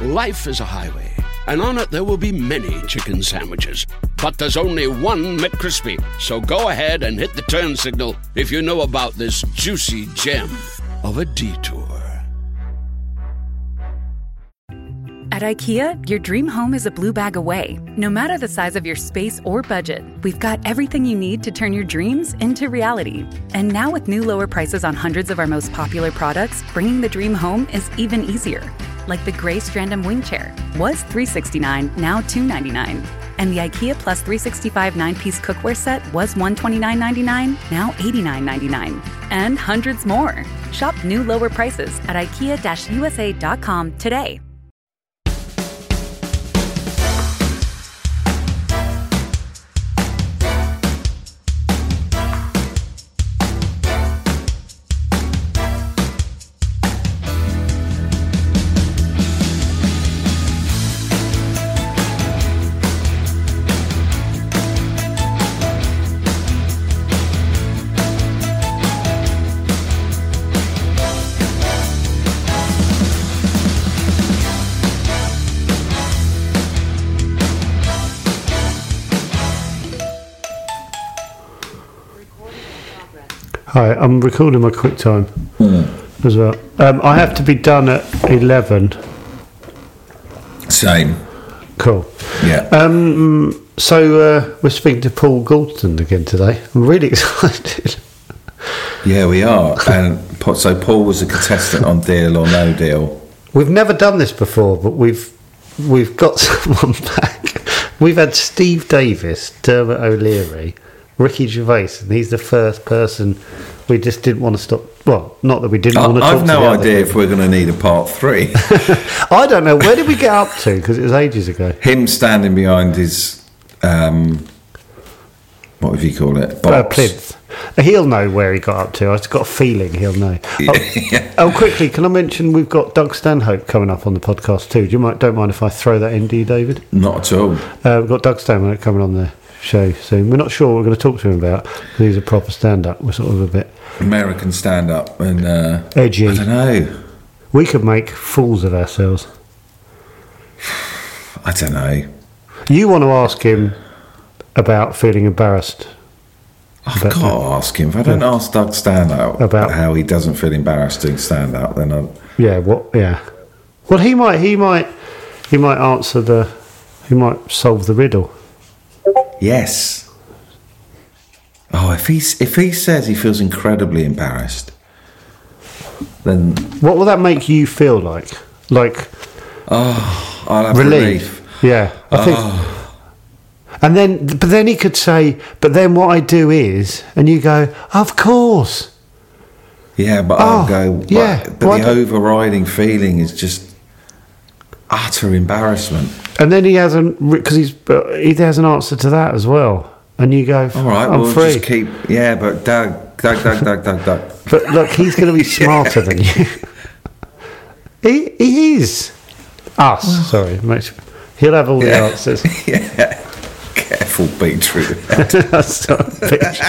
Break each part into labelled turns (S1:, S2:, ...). S1: Life is a highway, and on it there will be many chicken sandwiches. But there's only one McCrispy. So go ahead and hit the turn signal if you know about this juicy gem of a detour.
S2: At IKEA, your dream home is a blue bag away. No matter the size of your space or budget, we've got everything you need to turn your dreams into reality. And now, with new lower prices on hundreds of our most popular products, bringing the dream home is even easier. Like the gray Strandom wing chair was $369, now $299. And the IKEA Plus 365 nine piece cookware set was $129.99, now $89.99. And hundreds more. Shop new lower prices at IKEA USA.com today.
S3: Hi, I'm recording my quick time
S4: Hmm.
S3: as well. Um, I have to be done at 11.
S4: Same.
S3: Cool.
S4: Yeah.
S3: Um, so uh, we're speaking to Paul Galton again today. I'm really excited.
S4: yeah, we are. And Pa- so Paul was a contestant on Deal or No Deal.
S3: We've never done this before, but we've we've got someone back. We've had Steve Davis, Dermot O'Leary, Ricky Gervais, and he's the first person we just didn't want to stop. Well, not that we didn't
S4: I,
S3: want to.
S4: I've
S3: talk to the
S4: no
S3: other
S4: idea if we're going to need a part three.
S3: I don't know. Where did we get up to? Because it was ages ago.
S4: Him standing behind his, um, what would you call it?
S3: Uh,
S4: Box.
S3: plinth. He'll know where he got up to. I've got a feeling he'll know. Oh, oh, quickly, can I mention we've got Doug Stanhope coming up on the podcast too? Do you might don't mind if I throw that in, do you, David?
S4: Not at all.
S3: Uh, we've got Doug Stanhope coming on the show soon. We're not sure what we're going to talk to him about because he's a proper stand-up. We're sort of a bit
S4: American stand up and uh,
S3: Edgy.
S4: I don't know.
S3: we could make fools of ourselves.
S4: I don't know.
S3: You want to ask him about feeling embarrassed?
S4: I've
S3: But- uh,
S4: got to ask him. If I don't ask Doug Standout
S3: About-
S4: about how he doesn't feel embarrassed doing stand up, then I'm,
S3: Yeah. What? Yeah. Well, he might. He might. He might answer the. He might solve the riddle.
S4: yes. Oh, if he s- if he says he feels incredibly embarrassed, then
S3: What will that make you feel like? Like
S4: I'll have
S3: relief.
S4: relief. Ah.
S3: Yeah. I think. And then, but then he could say, but then what I do is, and you go, of course.
S4: Yeah, but
S3: Oh,
S4: I'll go. But,
S3: yeah,
S4: but
S3: why
S4: the
S3: don't-
S4: overriding feeling is just utter embarrassment.
S3: And then he hasn't, because he's, but he has an answer to that as well. And you go,
S4: All right,
S3: I'm
S4: we'll
S3: free.
S4: just keep. Yeah, but Doug, Doug, Doug, Doug, Doug, Doug.
S3: But look, he's going to be smarter than you. he, he is. Us, sorry. Makes, he'll have all the
S4: Yeah.
S3: answers.
S4: Careful, beetroot.
S3: Sorry, Beach.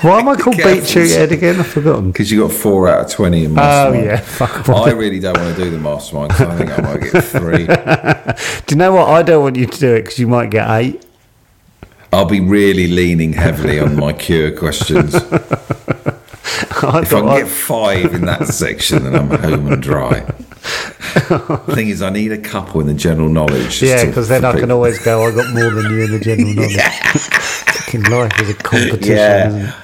S3: Why am I called
S4: Careful.
S3: Beetroot Head again? I've forgotten.
S4: Because you got four out of twenty in mastermind.
S3: Oh, yeah, fuck.
S4: I really don't want to do the mastermind 'cause I think I might get three.
S3: Do you know what? I don't want you to do it because you might get eight.
S4: I'll be really leaning heavily on my cure questions. If
S3: I
S4: I can
S3: thought I,
S4: get five in that section, then I'm home and dry. Thing is, I need a couple in the general knowledge. just
S3: yeah,
S4: to-
S3: because then I
S4: for
S3: can
S4: people-
S3: always go. I got more than you in the general knowledge. Fucking life is a competition.
S4: Yeah.
S3: Isn't it?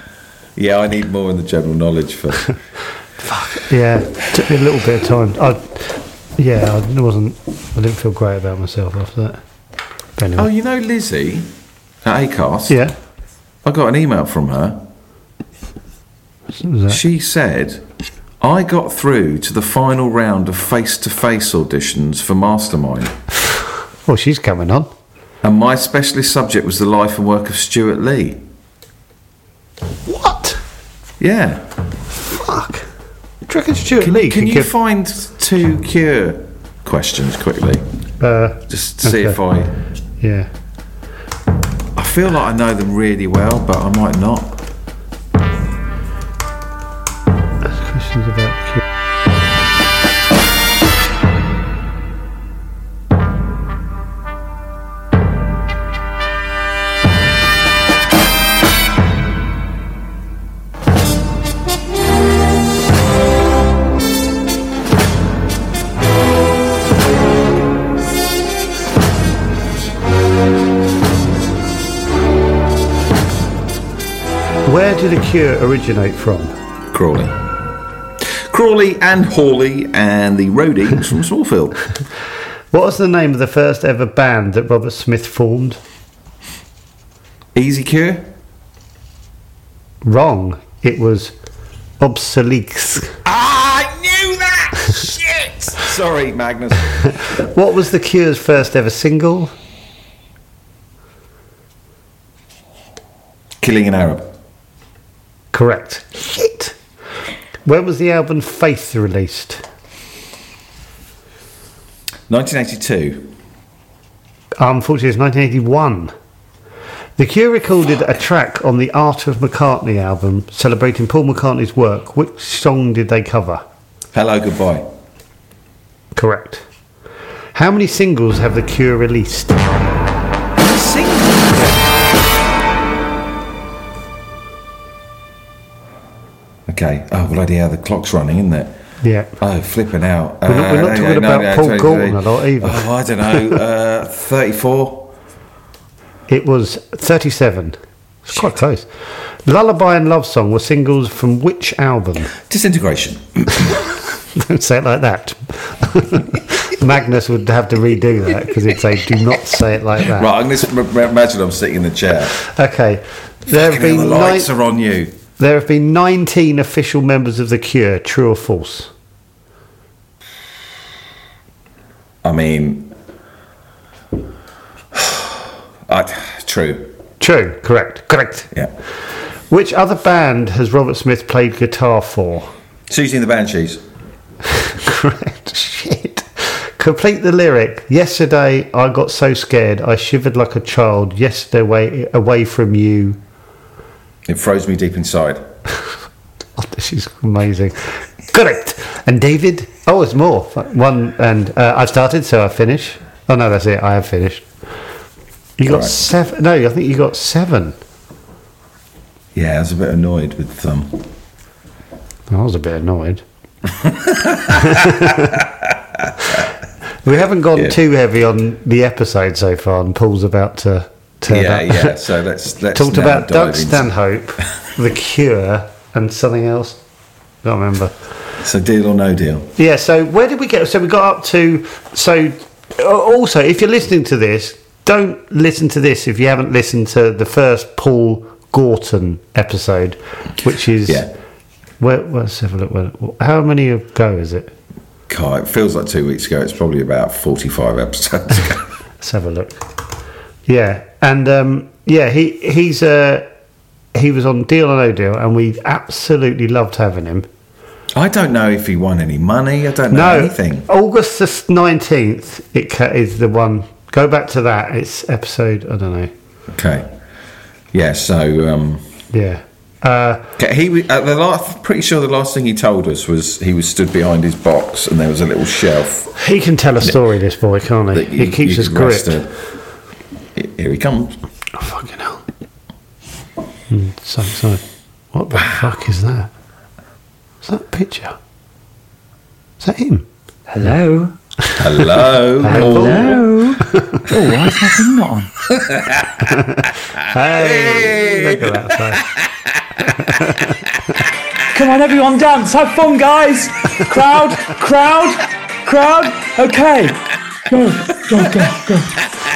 S4: Yeah, I need more in the general knowledge for.
S3: yeah. Took me a little bit of time. I, yeah, I wasn't. I didn't feel great about myself after that. But
S4: oh,
S3: anyway.
S4: you know Lizzie at Acast.
S3: yeah.
S4: I got an email from her.
S3: was that?
S4: She said, I got through to the final round of face to face auditions for Mastermind,
S3: Well, she's coming on.
S4: and my specialist subject was the life and work of Stuart Lee.
S3: What?
S4: Yeah.
S3: Fuck. Do you reckon Stuart
S4: Can,
S3: Lee
S4: can
S3: could
S4: you
S3: give-
S4: find two cure questions quickly?
S3: uh,
S4: Just see if I.
S3: yeah.
S4: I feel like I know them really well, but I might not.
S3: Questions about. Where did the cure originate from?
S4: Crawley. Crawley and Hawley and the Roadies from Smallfield.
S3: What was the name of the first ever band that Robert Smith formed?
S4: Easy Cure?
S3: Wrong. It was Obsolete.
S4: Ah, I knew that! Shit! Sorry, Magnus.
S3: What was the Cure's first ever single?
S4: Killing an Arab.
S3: Correct. Shit. When was the album Faith released?
S4: 1982.
S3: Uh, Unfortunately, it's 1981. The Cure recorded a track on the Art of McCartney album celebrating Paul McCartney's work. Which song did they cover?
S4: Hello, goodbye.
S3: Correct. How many singles have The Cure released?
S4: Sing. Okay. Oh, bloody hell, the clock's running, isn't it?
S3: Yeah.
S4: Oh, flipping out.
S3: We're not- we're not
S4: Uh,
S3: talking about Paul Gordon a lot either.
S4: Oh, I don't know. Uh, 34.
S3: It was 37. It's quite close. Lullaby and Love Song were singles from which album?
S4: Disintegration.
S3: Don't say it like that. Magnus would have to redo that because he'd say, do not say it like that.
S4: Right, I'm just m- m- imagine I'm sitting in the chair.
S3: Okay. There have,
S4: Fucking hell,
S3: been
S4: the
S3: nine,
S4: lights are on you.
S3: there have been 19 official members of The Cure, true or false?
S4: I mean, I, true.
S3: True, correct, correct.
S4: Yeah.
S3: Which other band has Robert Smith played guitar for?
S4: Susie and the Banshees.
S3: Correct. Shit. Complete the lyric. Yesterday I got so scared I shivered like a child. Yesterday away, away from you.
S4: It froze me deep inside.
S3: Oh, this is amazing. Correct. And David. Oh, it's more. One and uh, I started, so I finish. Oh no, that's it. I have finished. You got
S4: Alright.
S3: seven. No, I think you got seven.
S4: Yeah, I was a bit annoyed with um,
S3: I was a bit annoyed. we haven't gone
S4: Yeah.
S3: too heavy on the episode so far, and Paul's about to turn
S4: Yeah,
S3: up.
S4: yeah. So let's let's
S3: Talked
S4: now
S3: about
S4: dive
S3: Doug
S4: into-
S3: Stanhope, The Cure, and something else. Can't remember.
S4: So deal or no deal?
S3: Yeah. So where did we get? So we got up to. So uh, also, if you're listening to this, don't listen to this if you haven't listened to the first Paul Gorton episode, which is.
S4: Yeah.
S3: Where, let's have a look. Where- How many ago is it?
S4: God, it feels like two weeks ago. It's probably about forty-five episodes ago.
S3: Let's have a look. Yeah, and um, yeah, he he's uh, he was on Deal or No Deal, and we absolutely loved having him.
S4: I don't know if he won any money. I don't know
S3: No,
S4: anything.
S3: August the nineteenth. It ca- is the one. Go back to that. It's episode. I don't know.
S4: Okay. Yeah. So um,
S3: Yeah. Uh,
S4: okay, he wa- at the last. Pretty sure the last thing he told us was he was stood behind his box and there was a little shelf.
S3: he can tell a story, this boy, can't he?
S4: that you-
S3: He keeps
S4: you
S3: us
S4: could rest
S3: gripped.
S4: a- Here- Here he comes.
S3: Oh, fucking hell. Mm, so excited. What the fuck is that? Is that a picture? Is that him?
S5: Hello.
S4: Hello. Paul.
S5: Hello. oh, why is my thing not on?
S3: Hey! Look at that. face.
S5: Come on, everyone, dance. Have fun, guys. Crowd, crowd, crowd. Okay. Go, go, go, go.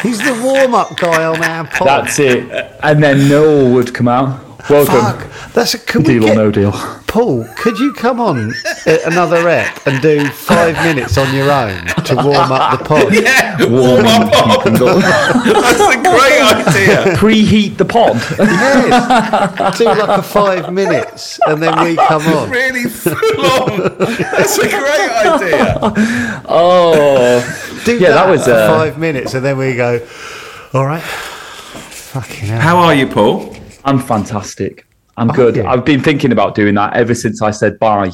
S3: He's the warm up guy on our pod.
S5: That's it. And then Noel would come out. Welcome.
S3: Fuck. That's a could we
S5: Deal or
S3: get-
S5: no deal.
S3: Paul, could you come on at another rep and do five minutes on your own to warm up the pod?
S4: Yeah, warm up. That's a great idea.
S5: Preheat the pod.
S3: Yes. Do like a five minutes and then we come on.
S4: Really full on. That's a great idea.
S5: oh.
S3: Do
S5: Yeah, that was,
S3: for
S5: uh,
S3: five minutes and then we go, all right. Fucking hell.
S4: How are you, Paul?
S5: I'm fantastic. I'm good.
S3: yeah.
S5: I've been thinking about doing that ever since I said bye.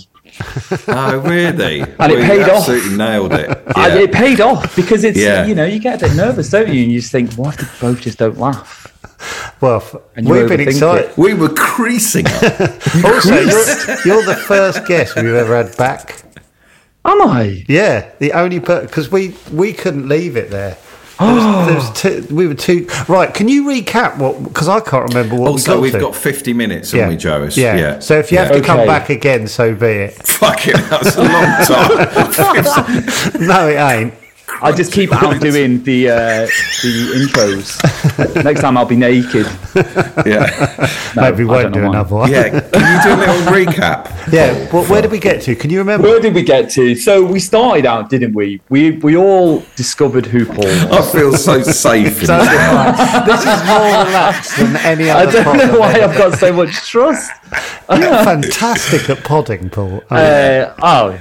S4: Oh, really?
S5: And it
S4: We
S5: paid off.
S4: absolutely nailed it.
S5: I,
S4: Yeah.
S5: it paid off because it's
S4: Yeah.
S5: you know you get a bit nervous, don't you? And you just think, what if the both just don't laugh?
S3: well, f-
S5: And you
S3: we've been
S5: overthink
S3: excited.
S4: we were creasing up.
S3: Also, you're, you're the first guest we've ever had back.
S5: Am I?
S3: Yeah, the only because we we couldn't leave it there. There was two, we were two. Right, can you recap what? Because I can't remember what. we
S4: Also,
S3: got
S4: Oh, we've
S3: to.
S4: got 50 minutes, haven't we, Joe? It's-
S3: Yeah. So if you have
S4: Yeah.
S3: to come
S5: Okay.
S3: back again, so be it.
S4: Fucking hell, that's a long time.
S3: No, it ain't.
S5: I just keep outdoing the uh, the intros. Next time I'll be naked.
S4: yeah.
S5: No,
S3: Maybe we
S5: I
S3: won't
S5: don't
S3: do
S5: know why.
S3: another one.
S4: Yeah. Can you do a little recap?
S3: Yeah. Well, where did we get to? Can you remember?
S5: Where did we get to? So we started out, didn't we? We we all discovered who Paul was.
S4: I feel so safe in this house.
S3: this is more relaxed than any
S5: I
S3: other.
S5: don't
S3: pod
S5: know
S3: I've
S5: why
S3: ever
S5: I've got so much trust.
S3: You're fantastic at podding, Paul. Oh,
S5: Uh, oh,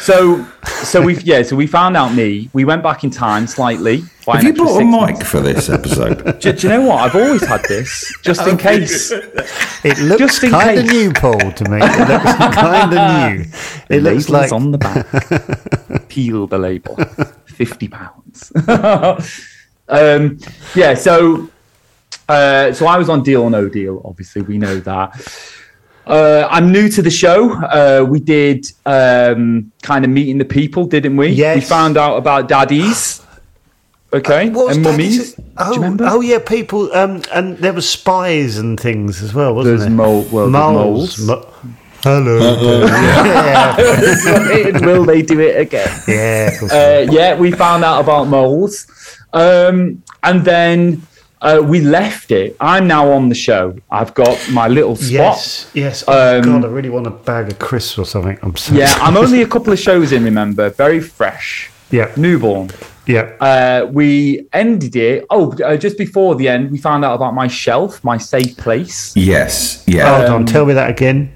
S5: so so we yeah so we found out me. We went back in time slightly. by
S4: Have
S5: an
S4: you
S5: extra
S4: brought a mic
S5: six months.
S4: for this episode?
S5: Do, do you know what? I've always had this, just in case.
S3: it looks
S5: just in
S3: kind of
S5: case.
S3: new, Paul, to me. It looks kind of new. It looks
S5: Labels
S3: like
S5: on the back. Peel the label. Fifty pounds. um, yeah. So uh, so I was on Deal or No Deal. Obviously, we know that. Uh, I'm new to the show. Uh, we did um, kind of meeting the people, didn't we? We
S3: Yes. Uh,
S5: found out about daddies. Okay,
S3: What was
S5: and
S3: that?
S5: mummies.
S3: Is it-
S5: Do
S3: Oh,
S5: you remember?
S3: oh yeah, people. Um, and there was spies and things as well, wasn't
S5: There's
S3: there?
S5: mole- well, there's
S3: Moles.
S5: moles. Uh,
S3: Mo- Hello. yeah,
S5: Will they do it again?
S3: yeah. of course.
S5: uh, yeah, we found out about moles. Um, and then uh, we left it. I'm now on the show. I've got my little spot.
S3: yes, yes. Oh,
S5: um,
S3: God, I really want a bag of crisps or something. I'm sorry.
S5: Yeah, I'm only a couple of shows in, remember. Very fresh.
S3: Yeah.
S5: Newborn.
S3: yeah.
S5: Uh, we ended it. Oh, uh, just before the end, we found out about my shelf, my safe place.
S4: yes. Yeah.
S3: Hold
S5: um,
S3: on. Tell me that again.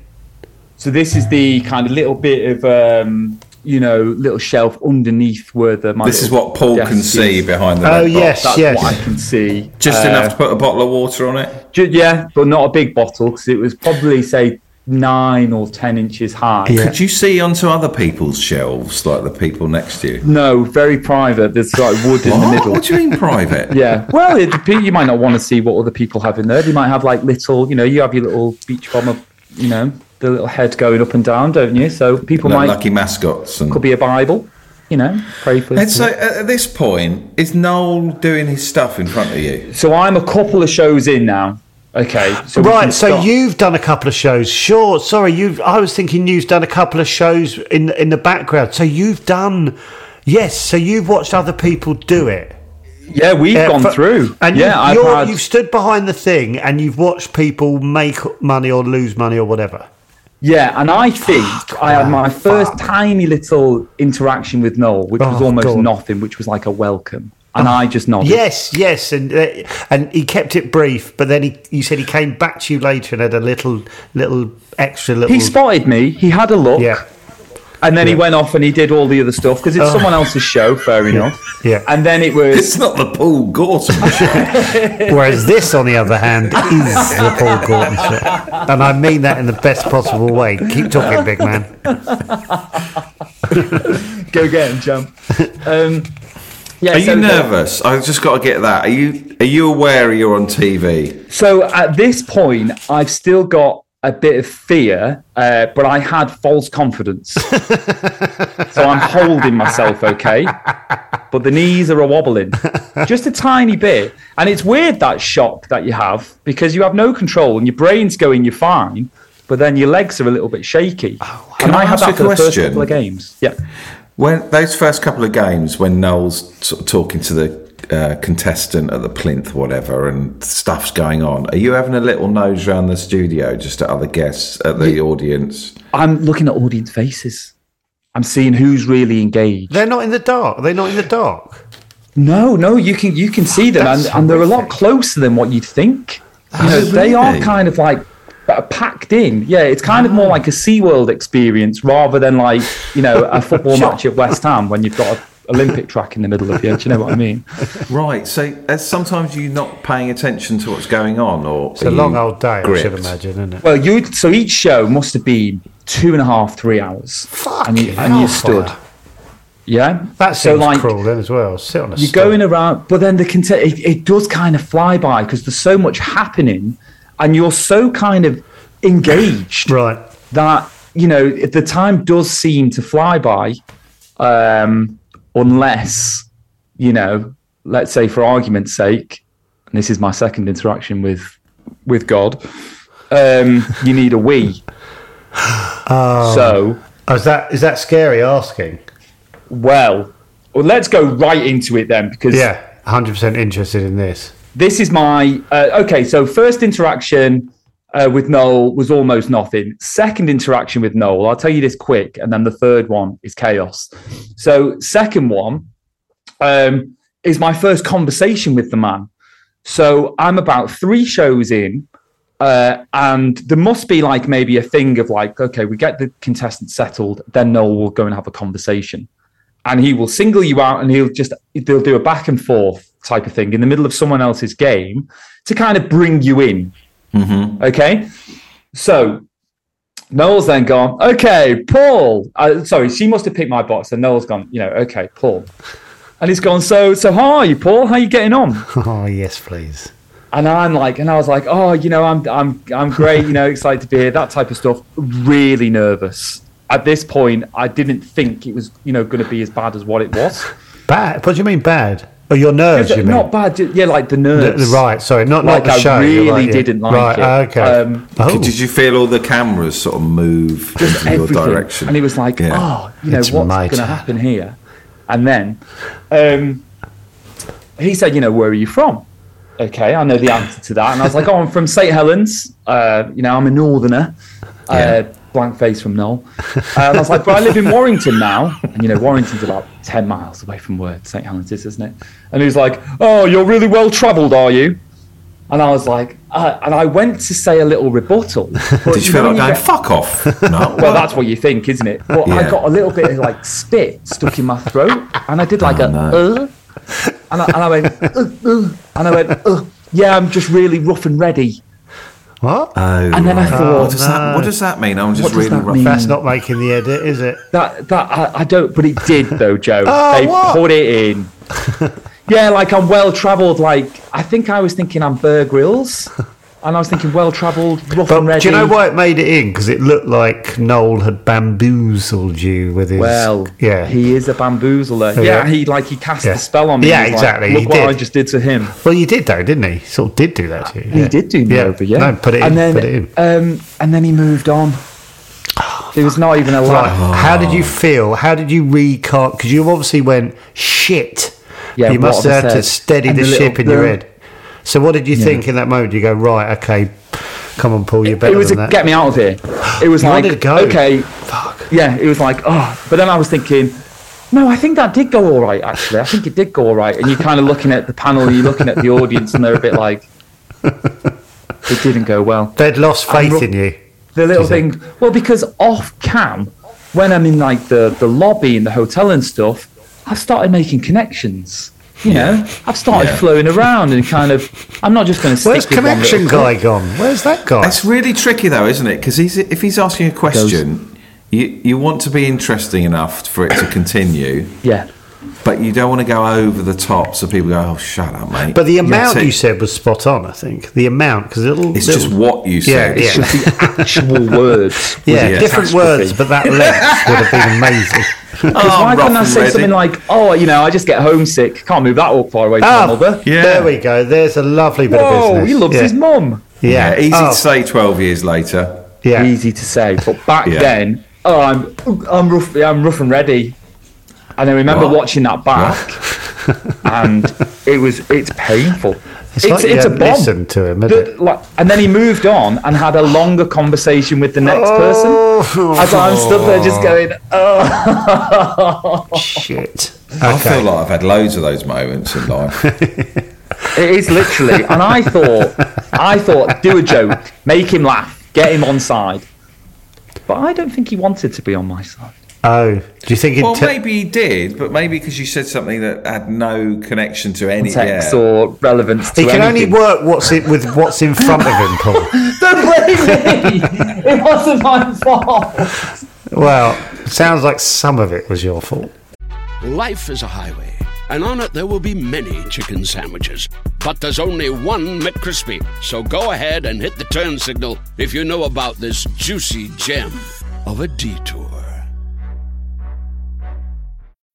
S5: So this is the kind of little bit of, um, you know, little shelf underneath where the. My
S4: this is
S5: little
S4: what Paul
S5: desk
S4: can
S5: is.
S4: see behind the
S3: Oh,
S4: red box.
S3: yes. Uh,
S5: That's what I can see.
S4: Just enough to put a bottle of water on it.
S5: Ju- yeah, but not a big bottle because it was probably say nine or ten inches high.
S3: Yeah.
S4: Could you see onto other people's shelves, like the people next to you?
S5: No, very private. There's like wood in the
S4: What?
S5: middle.
S4: What do you mean private?
S5: Yeah. Well, it, you might not want to see what other people have in there. They might have like little, you know, you have your little beach bomber, you know, the little head going up and down, don't you? So people
S4: Like
S5: might
S4: lucky mascots and
S5: could be a Bible, you know, pray for.
S4: And so
S3: uh,
S4: at at this point, is Noel doing his stuff in front of you?
S5: So I'm a couple of shows in now. Okay. So we can
S3: Right, so
S5: stop.
S3: you've done a couple of shows. Sure, sorry, you've. I was thinking you've done a couple of shows in in the background. So you've done, yes. So you've watched other people do it.
S5: yeah, we've
S3: Yeah,
S5: gone
S3: for-
S5: through.
S3: And
S5: yeah,
S3: you've,
S5: I've
S3: you're,
S5: had,
S3: you've stood behind the thing and you've watched people make money or lose money or whatever.
S5: Yeah, and I think I had my first tiny little interaction with Noel, which was
S3: Oh,
S5: almost
S3: God. Oh.
S5: nothing, which was like a welcome. And I just nodded.
S3: Yes, yes, and uh, and he kept it brief. But then he, you said he came back to you later and had a little, little extra little.
S5: He spotted me, he had a look,
S3: Yeah, Oh.
S5: and then he went off and he did all the other stuff because it's someone else's show, fair enough.
S3: Yeah.
S5: And then it was,
S4: It's not the Paul Gorton show.
S3: Whereas this, on the other hand, is the Paul Gordon show. And I mean that in the best possible way. Keep talking, big man.
S5: go get him, jump. Um, yeah,
S4: Are
S5: so
S4: you
S5: the-
S4: nervous? I've just got to get that. Are you are you aware you're on TV?
S5: So at this point, I've still got a bit of fear, uh, but I had false confidence. so I'm holding myself okay, but the knees are a wobbling just a tiny bit. And it's weird that shock that you have because you have no control and your brain's going, you're fine, but then your legs are a little bit shaky.
S4: Oh, Can
S5: and
S4: I
S5: I, had
S4: ask
S5: that
S4: a
S5: for the first
S4: question?
S5: couple of games. Yeah.
S4: When those first couple of games, when Noel's sort of talking to the uh, contestant at the plinth, whatever, and stuff's going on, are you having a little nose round the studio just at other guests, at the audience?
S5: I'm looking at audience faces. I'm seeing who's really engaged.
S3: They're not in the dark. They're not in the dark.
S5: No, no, you can you can see them, and,
S3: That's
S5: and they're a lot
S3: horrific.
S5: closer than what you'd think. You know, they are
S4: really?
S5: kind of like uh, packed in. Yeah, it's kind of more
S3: Ah.
S5: like a SeaWorld experience rather than like you know a football match at West Ham when you've got an Olympic track in the middle of you. Do you know what I mean?
S4: Right. So uh, sometimes you're not paying attention to what's going on, or
S3: It's a long old day, I should imagine, isn't it?
S5: Well, you so each show must have been two and a half, three hours.
S3: Fuck.
S5: and you, and you stood. Yeah,
S3: That
S5: so
S3: seems
S5: like
S3: cruel then as well. Sit on a
S5: you're
S3: stool.
S5: going around, but then the cont- it, it does kind of fly by because there's so much happening, and you're so kind of engaged
S3: Right.
S5: that you know if the time does seem to fly by, um, unless you know let's say for argument's sake, and this is my second interaction with with God, um, you need a Wii. So
S3: Oh, is that is that scary asking?
S5: well, well, let's go right into it then because
S3: Yeah, hundred percent interested in this.
S5: this is my uh, okay. So first interaction uh, with Noel was almost nothing. Second interaction with Noel, I'll tell you this quick, and then the third one is chaos. So second one um, is my first conversation with the man. So I'm about three shows in. Uh, and there must be like maybe a thing of like, okay, we get the contestant settled, then Noel will go and have a conversation and he will single you out and he'll just they'll do a back and forth type of thing in the middle of someone else's game to kind of bring you in okay so noel's then gone okay paul uh, sorry she must have picked my box and noel's gone you know okay paul and he's gone so so how are you paul how are you getting on
S3: Oh yes, please.
S5: and i'm like and i was like oh you know i'm i'm i'm great you know excited to be here that type of stuff really nervous at this point i didn't think it was you know going to be as bad as what it was
S3: Bad? What do you mean bad? Oh, your nerves?
S5: Yeah,
S3: you mean?
S5: not bad. ju- Yeah, like the
S3: The-
S5: nerves.
S3: the- right, sorry, not not
S5: Like,
S3: the
S5: I
S3: show.
S5: really
S3: right, yeah.
S5: didn't like
S3: right,
S5: it.
S3: Okay.
S5: Um,
S3: oh,
S4: Did you feel all the cameras sort of move
S5: Just
S4: in your
S5: everything.
S4: direction?
S5: And he was like,
S4: Yeah.
S5: "Oh, you know
S3: It's
S5: what's
S3: my
S5: going to
S3: turn."
S5: happen here?" And then um, he said, "You know, where are you from?" Okay, I know the answer to that, and I was like, "Oh, I'm from St Helens. Uh, you know, I'm a northerner."
S4: Yeah.
S5: Uh, blank face from Noel. Uh, and I was like, "But I live in Warrington now, and you know, Warrington's about ten miles away from where St Helens is, isn't it?" And he was like, "Oh, you're really well travelled, are you?" And I was like, uh, and I went to say a little rebuttal. but
S4: Did you
S5: know
S4: feel like
S5: oh,
S4: going,
S5: when get-
S4: fuck off? No.
S5: well, that's what you think, isn't it? But
S4: Yeah.
S5: I got a little bit of like spit stuck in my throat, and I did like a,
S3: Oh,
S4: no.
S5: uh, and, I, and I went, uh, uh, and I went, uh, yeah, I'm just really rough and ready.
S3: what?
S4: Oh,
S5: And then I
S4: right.
S5: thought-
S4: what does, that, what does that mean? I'm just
S5: does
S4: really
S5: that
S4: rough.
S5: mean?
S3: That's not making the edit, is it?
S5: That that I, I don't, but it did though, Joe.
S3: Oh,
S5: they
S3: what?
S5: put it in. yeah, like I'm well travelled. Like I think I was thinking I'm Bear Grylls, and I was thinking well travelled, rough
S3: But
S5: and ready.
S3: do you know why it made it in? Because it looked like Noel had bamboozled you with his.
S5: Well,
S3: yeah.
S5: he is a bamboozler. Yeah,
S3: Yeah.
S5: he like he cast
S3: Yeah.
S5: the spell on me.
S3: Yeah,
S5: He was
S3: exactly,
S5: Like, Look
S3: he
S5: what
S3: did.
S5: I just did to him.
S3: well, you did though, didn't he? Sort of did do that to you.
S5: He did do me
S3: yeah.
S5: over, yeah.
S3: No, put it
S5: and
S3: in.
S5: Then,
S3: put it in.
S5: Um, and then he moved on. It was not even a
S3: Right.
S5: lie.
S3: How did you feel? How did you recon? Because you obviously went shit.
S5: Yeah,
S3: you must
S5: what
S3: have
S5: have I
S3: had to
S5: said?
S3: steady
S5: And
S3: the
S5: the
S3: ship
S5: little
S3: in your
S5: blur.
S3: head. So what did you think in that moment? You go right, okay, come on, Paul, you're better
S5: It was a
S3: than that.
S5: get me out of here. It was
S3: You
S5: like
S3: wanted to go.
S5: okay,
S3: Fuck.
S5: yeah. It was like oh, but then I was thinking. No, I think that did go all right. Actually, I think it did go all right. And you're kind of looking at the panel, you're looking at the audience, and they're a bit like, "It didn't go well."
S3: They'd lost faith
S5: ru-
S3: in you.
S5: the little
S3: Do you
S5: thing. Well, because off cam, when I'm in like the, the lobby in the hotel and stuff, I've started making connections. You know, I've started flowing around and kind of. I'm not just going to stick
S3: Where's
S5: with one
S3: connection
S5: little-
S3: guy gone? Where's that guy?
S4: That's really tricky, though, isn't it? Because he's, if he's asking a question, you, you want to be interesting enough for it to continue,
S5: Yeah,
S4: but you don't want to go over the top so people go, oh, shut up, mate.
S3: but the
S4: That's
S3: amount
S4: it.
S3: you said was spot on. I think the amount because it'll.
S4: It's just what you
S3: Yeah,
S4: said.
S3: yeah, yeah.
S5: the actual words.
S4: the
S3: different
S4: catastrophe.
S3: words, but that length would have been amazing.
S5: Because
S4: Oh,
S5: why couldn't I
S4: rough and
S5: say
S4: ready.
S5: something like, "Oh, you know, I just get homesick. Can't move that up far away from
S3: Ah,
S5: my mother."
S4: Yeah.
S3: There we go. There's a lovely bit of
S5: Whoa,
S3: business.
S5: he loves
S3: yeah.
S5: his mum.
S3: Yeah,
S4: Yeah, easy
S3: Oh,
S4: to say 12 years later.
S3: Yeah.
S5: Easy to say, but back
S4: Yeah.
S5: then, oh, I'm I'm rough, I'm rough and ready. And I remember
S4: What?
S5: watching that back, and it was it's painful. It's
S3: like you hadn't listened to him, had
S5: The-
S3: it?
S5: like- and then he moved on and had a longer conversation with the next
S3: Oh.
S5: person. As I'm stood there just going, oh,
S3: Shit.
S4: I feel like I've had loads of those moments in life.
S5: it is literally. And I thought, I thought, do a joke, make him laugh, get him on side. But I don't think he wanted to be on my side.
S3: Oh, do you think it?
S4: Well,
S3: te-
S4: maybe he did, but maybe because you said something that had no connection to any.
S5: Text
S4: yeah.
S5: or relevance to
S3: he can
S5: anything.
S3: only work what's it with what's in front of him, Paul?
S5: Don't blame me. It wasn't my fault.
S3: well, it sounds like some of it was your fault.
S1: Life is a highway, and on it there will be many chicken sandwiches. But there's only one McCrispy. So go ahead and hit the turn signal if you know about this juicy gem of a detour.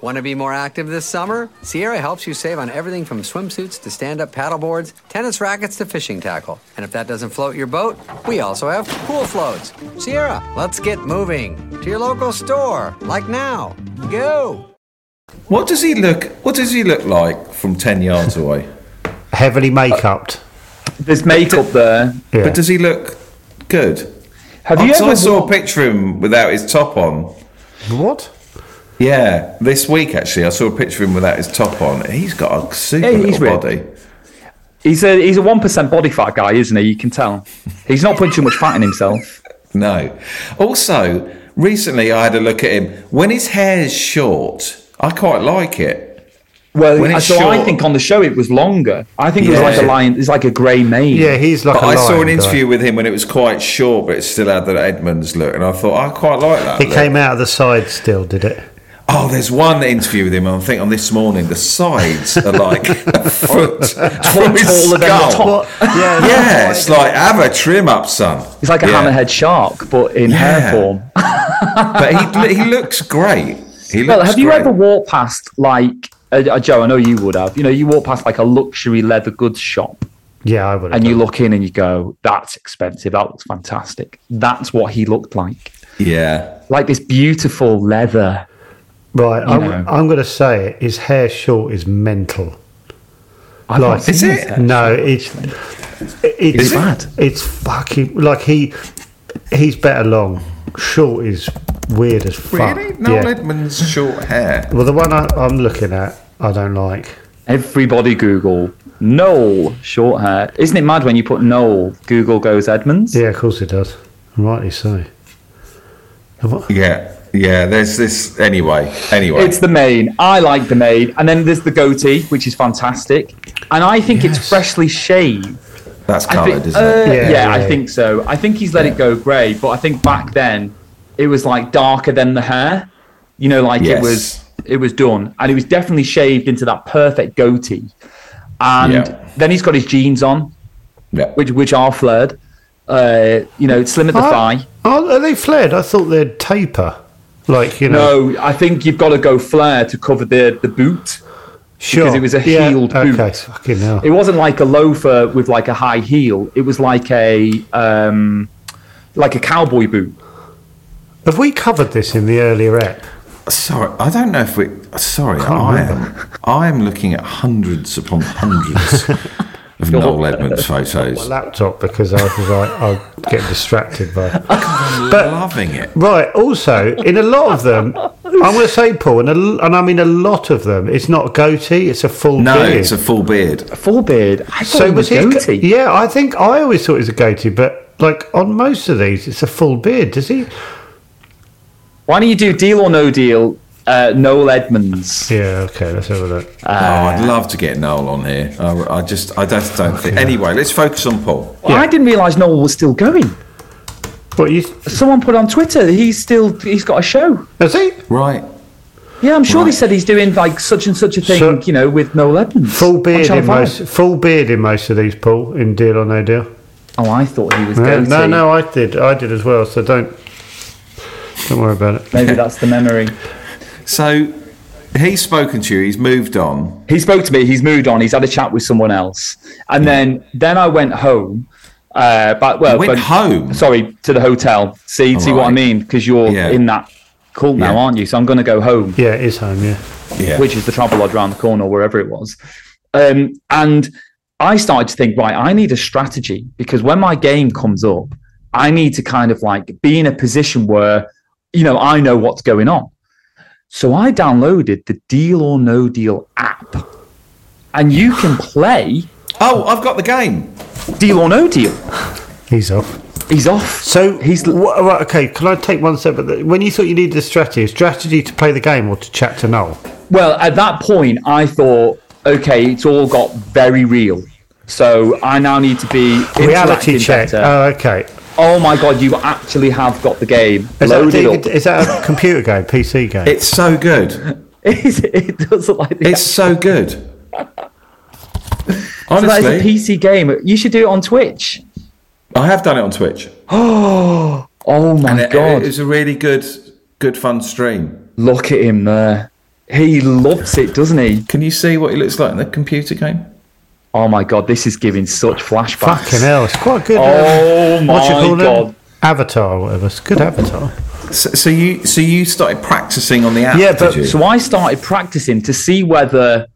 S6: Want to be more active this summer? Sierra helps you save on everything from swimsuits to stand up paddleboards, tennis rackets to fishing tackle. And if that doesn't float your boat, we also have pool floats. Sierra, let's get moving to your local store, like now. Go!
S4: What does he look? What does he look like from ten yards away?
S3: Heavily make-upped.
S5: There's makeup there. Oh,
S3: Yeah.
S4: But does he look good?
S5: Have
S4: I,
S5: you
S4: 'cause
S5: ever
S4: I saw
S5: walked-
S4: a picture of him without his top on.
S3: what?
S4: Yeah, this week actually, I saw a picture of him without his top on. He's got a super
S5: Yeah,
S4: little
S5: he's ripped.
S4: body.
S5: He's a he's a one percent body fat guy, isn't he? You can tell. He's not putting too much fat in himself.
S4: No. Also, recently I had a look at him. When his hair's short, I quite like it.
S5: Well,
S4: When
S5: I-
S4: it's
S5: so I
S4: short-
S5: think on the show it was longer. I think it was
S4: Yeah.
S5: like a lion. It's like a grey mane.
S3: Yeah, he's like.
S4: But
S3: a
S4: I saw
S3: lion
S4: an
S3: guy.
S4: interview with him when it was quite short, but it still had that Edmonds look, and I thought I quite like that.
S3: It
S4: look.
S3: came out of the side still, did it?
S4: Oh, there's one interview with him. I think on this morning, the sides are like a foot from his
S5: taller than
S4: skull.
S5: the top.
S3: What? Yeah.
S4: Yeah, it's like have a trim up, son.
S5: He's like a
S4: Yeah.
S5: hammerhead shark, but in
S4: Yeah.
S5: hair form.
S4: But he, he looks great. He looks
S5: Well, have you
S4: great.
S5: ever walked past like uh, uh, Joe? I know you would have. You know, you walk past like a luxury leather goods shop,
S3: Yeah, I would.
S5: and you look in and you go, "That's expensive. That looks fantastic." That's what he looked like,
S4: Yeah.
S5: like this beautiful leather.
S3: right. I'm,
S5: know.
S3: I'm going to say it. His hair short is mental.
S5: I've not
S3: Like-
S5: seen
S4: Is
S5: his
S4: it?
S5: hair.
S3: No, it's it's
S5: Is it bad?
S3: It's fucking like he he's better long. Short is weird as fuck.
S4: Really? Noel
S3: Yeah.
S4: Edmonds' short hair.
S3: Well, the one I, I'm looking at, I don't like.
S5: Everybody Google Noel short hair. Isn't it mad when you put Noel? Google goes Edmonds.
S3: Yeah, of course it does. Rightly so. And what-
S4: Yeah. Yeah, there's this. Anyway, anyway.
S5: It's the main. I like the main, and then there's the goatee, which is fantastic, and I think
S3: Yes.
S5: it's freshly shaved.
S4: That's
S5: I
S4: coloured,
S5: think-
S4: isn't
S5: uh,
S4: it?
S5: yeah,
S3: Yeah, yeah,
S5: I
S3: yeah.
S5: think so. I think he's let it go grey, but I think back then it was like darker than the hair. You know, like
S4: Yes.
S5: it was it was done, and it was definitely shaved into that perfect goatee. And
S4: Yeah.
S5: then he's got his jeans on,
S4: Yeah.
S5: which which are flared. Uh, you know, it's slim at the thigh.
S3: Aren't- are oh, they flared? I thought they'd taper. Like you know,
S5: No, I think you've got to go flare to cover the the boot.
S3: sure.
S5: because it was a
S3: yeah,
S5: heeled
S3: okay,
S5: boot.
S3: fucking hell.
S5: It wasn't like a loafer with like a high heel. It was like a um, like a cowboy boot.
S3: Have we covered this in the earlier ep?
S4: Sorry, I don't know if we. Sorry,
S3: Can't
S4: I
S3: remember.
S4: am. I am looking at hundreds upon hundreds of Noel Edmonds photos.
S3: Laptop because I was like, I'll get distracted by.
S4: I'm
S3: But-
S4: loving it.
S3: Right. Also, in a lot of them, I'm going to say, Paul, and, a, and I mean a lot of them, it's not a goatee; it's a full
S4: No,
S3: beard.
S4: it's a full beard.
S5: A full beard. I thought it was
S3: his go-
S5: goatee.
S3: Yeah, I think I always thought it was a goatee, but like on most of these, it's a full beard. Does he?
S5: Why don't you do Deal or No Deal? Uh, Noel Edmonds.
S3: Yeah. Okay. Let's have a look.
S5: Ah.
S4: oh, I'd love to get Noel on here. I, I just, I just don't think. Anyway, let's focus on Paul.
S5: Well, I didn't realise Noel was still going.
S3: What you?
S5: Someone put on Twitter he's still he's got a show.
S3: Does he?
S4: Right.
S5: Yeah, I'm sure they
S4: Right.
S5: said he's doing like such and such a thing,
S3: So-
S5: you know, with Noel Edmonds.
S3: Full
S5: on
S3: beard
S5: Channel
S3: in
S5: five.
S3: most. Full beard in most of these, Paul. In Deal or No Deal.
S5: Oh, I thought he was
S3: No,
S5: goatee.
S3: no, no, I did. I did as well. So don't. Don't worry about it.
S5: Maybe that's the memory.
S4: So he's spoken to you. He's moved on.
S5: he spoke to me he's moved on he's had a chat with someone else and then then i went home uh but well
S4: You went
S5: but-
S4: home?
S5: sorry to the hotel see see what i
S4: right.
S5: mean because you're
S4: Yeah.
S5: in that cult now
S4: Yeah.
S5: aren't you so i'm gonna go home
S3: Yeah, it is home. Yeah.
S4: Yeah.
S5: which is the travelodge around the corner or wherever it was um and i started to think right i need a strategy because when my game comes up i need to kind of like be in a position where you know i know what's going on so i downloaded the deal or no deal app and you can play
S4: oh, I've got the game.
S5: Deal or No Deal.
S3: He's off.
S5: He's off.
S3: So
S5: he's.
S3: he's wha right, okay. Can I take one step? But when you thought you needed a strategy, strategy to play the game or to chat to Noel?
S5: Well, at that point, I thought, okay, it's all got very real. So I now need to be
S3: Reality
S5: interacting
S3: check.
S5: better.
S3: Oh, okay.
S5: oh my god, you actually have got the game
S3: Is that, a
S5: loaded
S3: DVD
S5: up.
S3: is that a computer game, PC game?
S4: It's so good.
S5: it does look like the
S4: It's so good.
S5: So that is a
S4: Honestly,
S5: PC game. You should do it on Twitch.
S4: I have done it on Twitch.
S5: Oh my
S4: And it,
S5: god!
S4: it was a really good, good fun stream.
S5: Look at him there. He loves it, doesn't he?
S4: Can you see what he looks like in the computer game?
S5: Oh my god, this is giving such flashbacks.
S3: Fucking hell, it's quite good.
S5: Oh my
S3: It?
S5: god!
S3: Avatar or whatever. It's a good avatar.
S4: So, so you, so you started practicing on the app.
S3: Yeah,
S4: did
S3: but-
S4: you?
S5: So I started practicing to see whether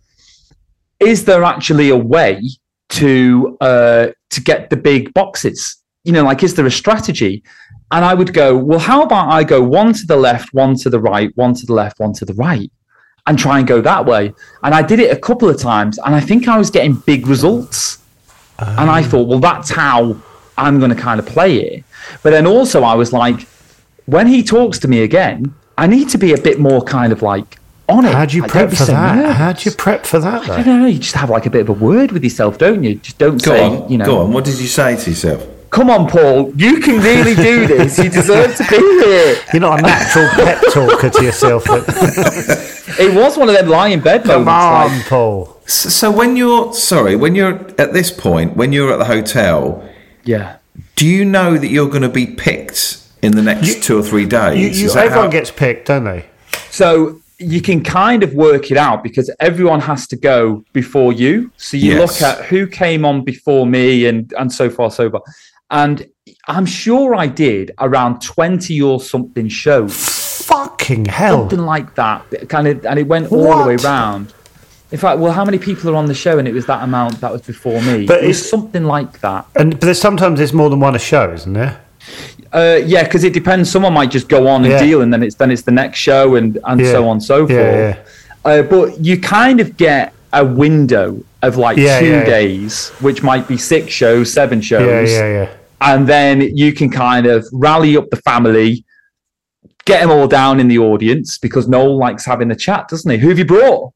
S5: is there actually a way to uh, to get the big boxes. You know, like is there a strategy? And I would go, well, how about I go one to the left, one to the right, one to the left, one to the right, and try and go that way. And I did it a couple of times, and I think I was getting big results. and
S3: Ah.
S5: I thought, well, that's how I'm going to kind of play it. But then also, I was like, when he talks to me again, I need to be a bit more kind of like on it.
S3: How do you
S5: Like, don't
S3: prep
S5: be
S3: for
S5: so
S3: that?
S5: nervous.
S3: How do you prep for that?
S5: I
S3: Though?
S5: don't know. You just have like a bit of a word with yourself, don't you? Just don't
S4: go
S5: say,
S4: on,
S5: you know,
S4: go on. What did you say to yourself?
S5: come on, Paul, you can really do this. You deserve to be here.
S3: You're not a natural pep talker to yourself. but-
S5: It was one of them lying in bed
S3: Come
S5: moments.
S3: on,
S5: Like,
S3: Paul.
S4: So, so when you're sorry, when you're at this point, when you're at the hotel,
S5: yeah.
S4: do you know that you're going to be picked in the next two or three days?
S3: You, you,
S4: Is that
S3: everyone
S4: how-
S3: gets picked, don't they?
S5: So you can kind of work it out because everyone has to go before you. So you
S4: Yes.
S5: look at who came on before me and and so far so far. And I'm sure I did around 20 or something shows,
S3: Fucking hell.
S5: something like that. Kind of and it went all the way
S3: What?
S5: round. In fact, well, how many people are on the show? And it was that amount that was before me.
S3: But
S5: it was
S3: it's-
S5: something like that.
S3: And but there's, sometimes there's more than one a show, isn't there?
S5: Uh, yeah, because it depends. Someone might just go on and
S3: Yeah.
S5: deal, and then it's then it's the next show, and and
S3: Yeah.
S5: so on and so forth.
S3: Yeah, yeah.
S5: Uh, but you kind of get a window of like
S3: Yeah,
S5: two
S3: yeah, yeah.
S5: days, which might be six shows, seven
S3: Yeah,
S5: shows,
S3: yeah, yeah.
S5: and then you can kind of rally up the family, get them all down in the audience because Noel likes having a chat, doesn't he? Who have you brought?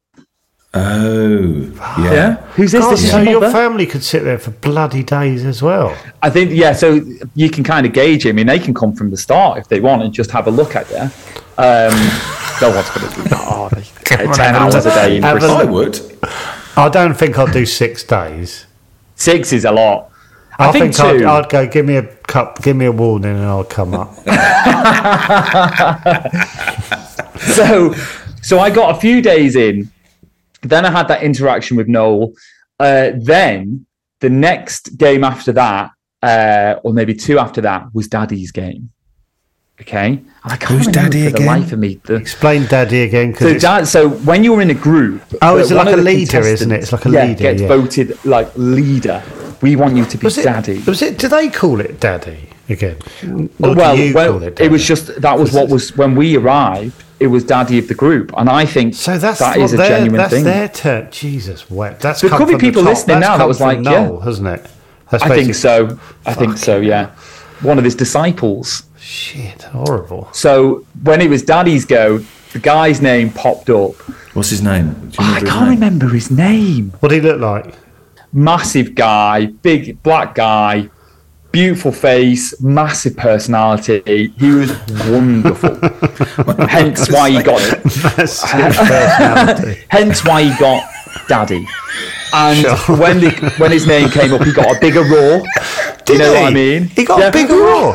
S4: Oh, yeah.
S5: Yeah, who's this?
S3: God,
S5: this is
S3: so
S5: your
S3: your
S5: mother?
S3: family could sit there for bloody days as well.
S5: I think yeah. So you can kind of gauge it. I mean, they can come from the start if they want and just have a look at you. Um, no one's going to do that.
S3: Oh,
S5: Are they?
S3: Come on,
S5: Ten
S3: have a
S5: hours a
S3: look.
S5: day in
S3: Have a
S5: Bristol.
S4: I would.
S3: I don't think I'd do six days.
S5: Six is a lot.
S3: I,
S5: I think
S3: think I'd,
S5: two.
S3: I'd go. Give me a cup. Give me a warning, and I'll come up.
S5: so so I got a few days in. Then I had that interaction with Noel. Uh, then the next game after that, uh, or maybe two after that, was Daddy's game. Okay, and I can't
S4: Who's
S5: remember
S4: Daddy
S5: for the
S4: again?
S5: life of me. The,
S3: Explain, Daddy, again. Cause
S5: so
S3: it's-
S5: dad, so when you're in a group,
S3: Oh, it's
S5: uh, one
S3: like
S5: of
S3: a
S5: the
S3: leader, isn't it? It's like a
S5: yeah,
S3: leader,
S5: Gets
S3: yeah.
S5: voted like leader. We want you to be
S3: was it,
S5: Daddy.
S3: Was it? Do they call it Daddy again? Or
S5: well,
S3: do you
S5: well,
S3: call it?
S5: it,
S3: Daddy?
S5: was just that was what was when we arrived. It was Daddy of the group, and I think
S3: So that's
S5: that
S3: what
S5: is a
S3: their,
S5: genuine
S3: that's
S5: thing.
S3: their turn. Jesus wept. That's
S5: There
S3: come
S5: could be
S3: from the
S5: people
S3: top.
S5: listening
S3: That's
S5: now that
S3: come
S5: was
S3: from
S5: like, yeah.
S3: Noel, hasn't it? That's
S5: I
S3: basically-
S5: think so. I think so. Yeah, one of his disciples.
S3: Shit, horrible.
S5: So when it was Daddy's go, the guy's name popped up.
S4: What's his name? Do you
S3: Ah,
S5: I
S4: his
S5: can't
S4: name?
S5: remember his name.
S3: What did he look like?
S5: Massive guy, big black guy, beautiful face, massive personality. He was wonderful. Hence why he got
S3: That's his personality.
S5: Hence why he got Daddy. And when the, when his name came up, he got a bigger roar. Do you know what I mean?
S3: He got
S5: Yeah.
S3: a bigger roar.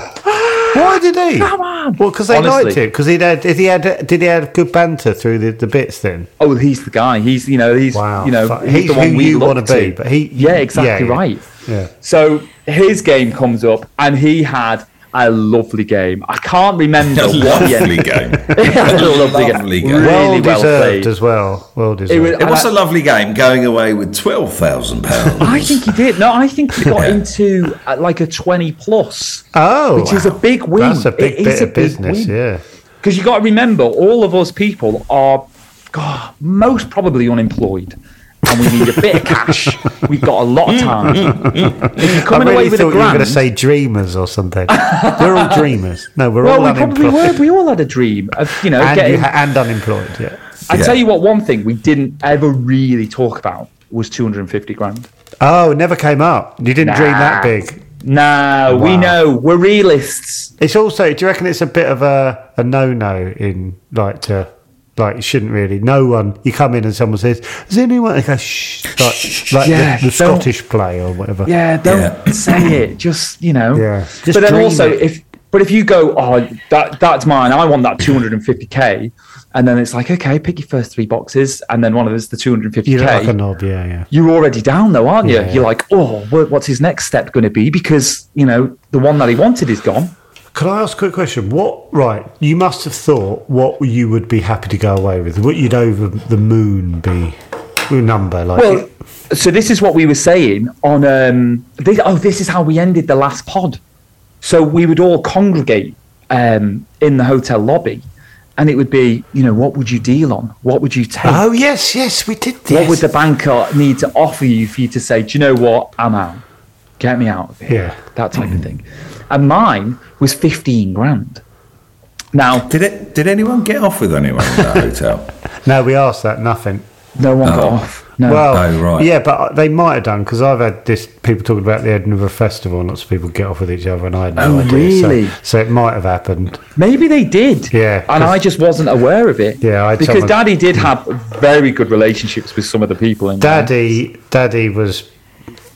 S3: Why did he? Come
S5: on.
S3: Well, because they
S5: Honestly.
S3: liked him. Because he had, did he had, did he have good banter through the, the bits then?
S5: Oh, well, he's the guy. He's you know he's
S3: Wow,
S5: you know
S3: fuck.
S5: he's,
S3: He's
S5: the one
S3: who
S5: we
S3: you
S5: want
S3: wanna be, but he-
S5: yeah,
S3: yeah,
S5: exactly
S3: yeah.
S5: right.
S3: Yeah.
S5: So his game comes up, and he had a lovely game. I can't remember
S4: A
S5: what he
S4: lovely
S5: ended.
S4: game.
S5: He had a lovely
S4: Lovely
S5: game.
S4: game.
S5: Really
S3: well
S5: well,
S3: deserved
S5: played.
S3: as well. Well deserved.
S5: was-
S4: It was a lovely game, going away with twelve thousand pounds.
S5: I think he did. No, I think he got into uh, like a twenty plus,
S3: oh,
S5: which is a
S3: wow.
S5: big win.
S3: That's a big
S5: It is
S3: bit
S5: a
S3: of
S5: big
S3: business.
S5: win.
S3: Yeah.
S5: Because you got to remember, all of us people are God, most probably unemployed. and we need a bit of cash. We've got a lot of time. if you're
S3: Mm.
S5: coming
S3: I
S5: away
S3: really
S5: with
S3: thought
S5: a
S3: you were going to
S5: grand,
S3: say dreamers or something. We're all dreamers. No, we're
S5: well,
S3: all
S5: we probably
S3: unemployed.
S5: were. We all had a dream of you know
S3: and, you
S5: getting.
S3: ha- and unemployed, yeah.
S5: I
S4: Yeah.
S5: tell you what, one thing we didn't ever really talk about was 250 grand.
S3: Oh, it never came up. You didn't dream that
S5: Nah.
S3: big.
S5: No, we
S3: Wow.
S5: know we're realists.
S3: It's also. Do you reckon it's a bit of a, a no no in like to like you shouldn't really. No one. You come in and someone says, "Is anyone?" They go, "Shh," like, like
S5: Yeah,
S3: the, the
S5: don't-
S3: Scottish play or whatever.
S5: Yeah, don't say it. Just you know.
S3: Yeah. Just
S5: but then
S3: dream
S5: also,
S3: it.
S5: if but if you go, oh, that that's mine. I want that 250k, and then it's like, okay, pick your first three boxes, and then one of them's the 250k.
S3: You look like a knob. Yeah, yeah.
S5: you're already down though, aren't you?
S3: Yeah.
S5: You're like, oh, wha- what's his next step going to be? Because you know the one that he wanted is gone.
S3: Can I ask a quick question? What right? You must have thought what you would be happy to go away with. What you'd over the moon be? Your number like
S5: Well, so this is what we were saying on. Um, this, oh, this is how we ended the last pod. So we would all congregate um, in the hotel lobby, and it would be, you know, what would you deal on? What would you take?
S3: Oh yes, yes, we did this.
S5: What would the banker need to offer you for you to say, do you know what? I'm out. Get me out of here.
S3: Yeah.
S5: That type of thing. And mine was 15 grand. Now,
S4: Did it? Did anyone get off with anyone in that hotel?
S3: No, we asked that. Nothing.
S5: no one got off. No.
S3: Well,
S4: Oh, right.
S3: yeah, but they might have done because I've had this people talking about the Edinburgh Festival, and lots of people get off with each other, and I had no
S5: Oh,
S3: idea.
S5: really?
S3: So, so it might have happened.
S5: Maybe they did.
S3: Yeah, 'cause-
S5: And I just wasn't aware of it.
S3: Yeah, I-
S5: because
S3: someone-
S5: Daddy did have very good relationships with some of the people. In there.
S3: Daddy, Daddy was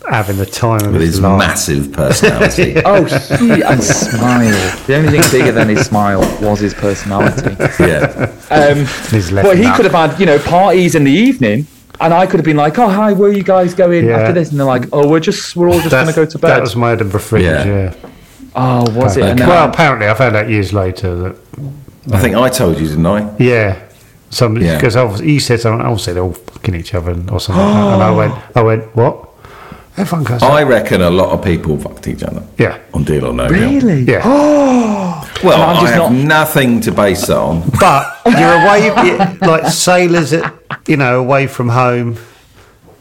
S3: having the time of
S4: With
S3: his,
S4: his
S3: life.
S4: massive personality.
S5: Oh, he and smile. The only thing bigger than his smile was his personality.
S4: Yeah.
S5: Um,
S3: His left
S5: but he
S3: nut.
S5: could have had, you know, parties in the evening, and I could have been like, "Oh, hi, where are you guys going
S3: Yeah.
S5: after this?" And they're like, "Oh, we're just, we're all just going to
S3: That's-
S5: go to bed."
S3: That was my Edinburgh fringe. Yeah.
S4: Yeah.
S5: oh, was it? And then-
S3: Well, apparently, I found out years later that
S4: I think I told you, didn't I?
S3: yeah, somebody
S4: Yeah.
S3: because obviously you said something. Obviously, they're all fucking each other and, or something, like that, and I went, I went, what? Oh, Everyone goes,
S4: I reckon a lot of people fucked each other.
S3: yeah,
S4: On deal or no deal.
S5: really?
S3: yeah.
S4: Well,
S5: I'm
S4: i
S5: just
S4: have
S5: not-
S4: nothing to base that on.
S3: But you're away, you- like sailors, at, you know, away from home.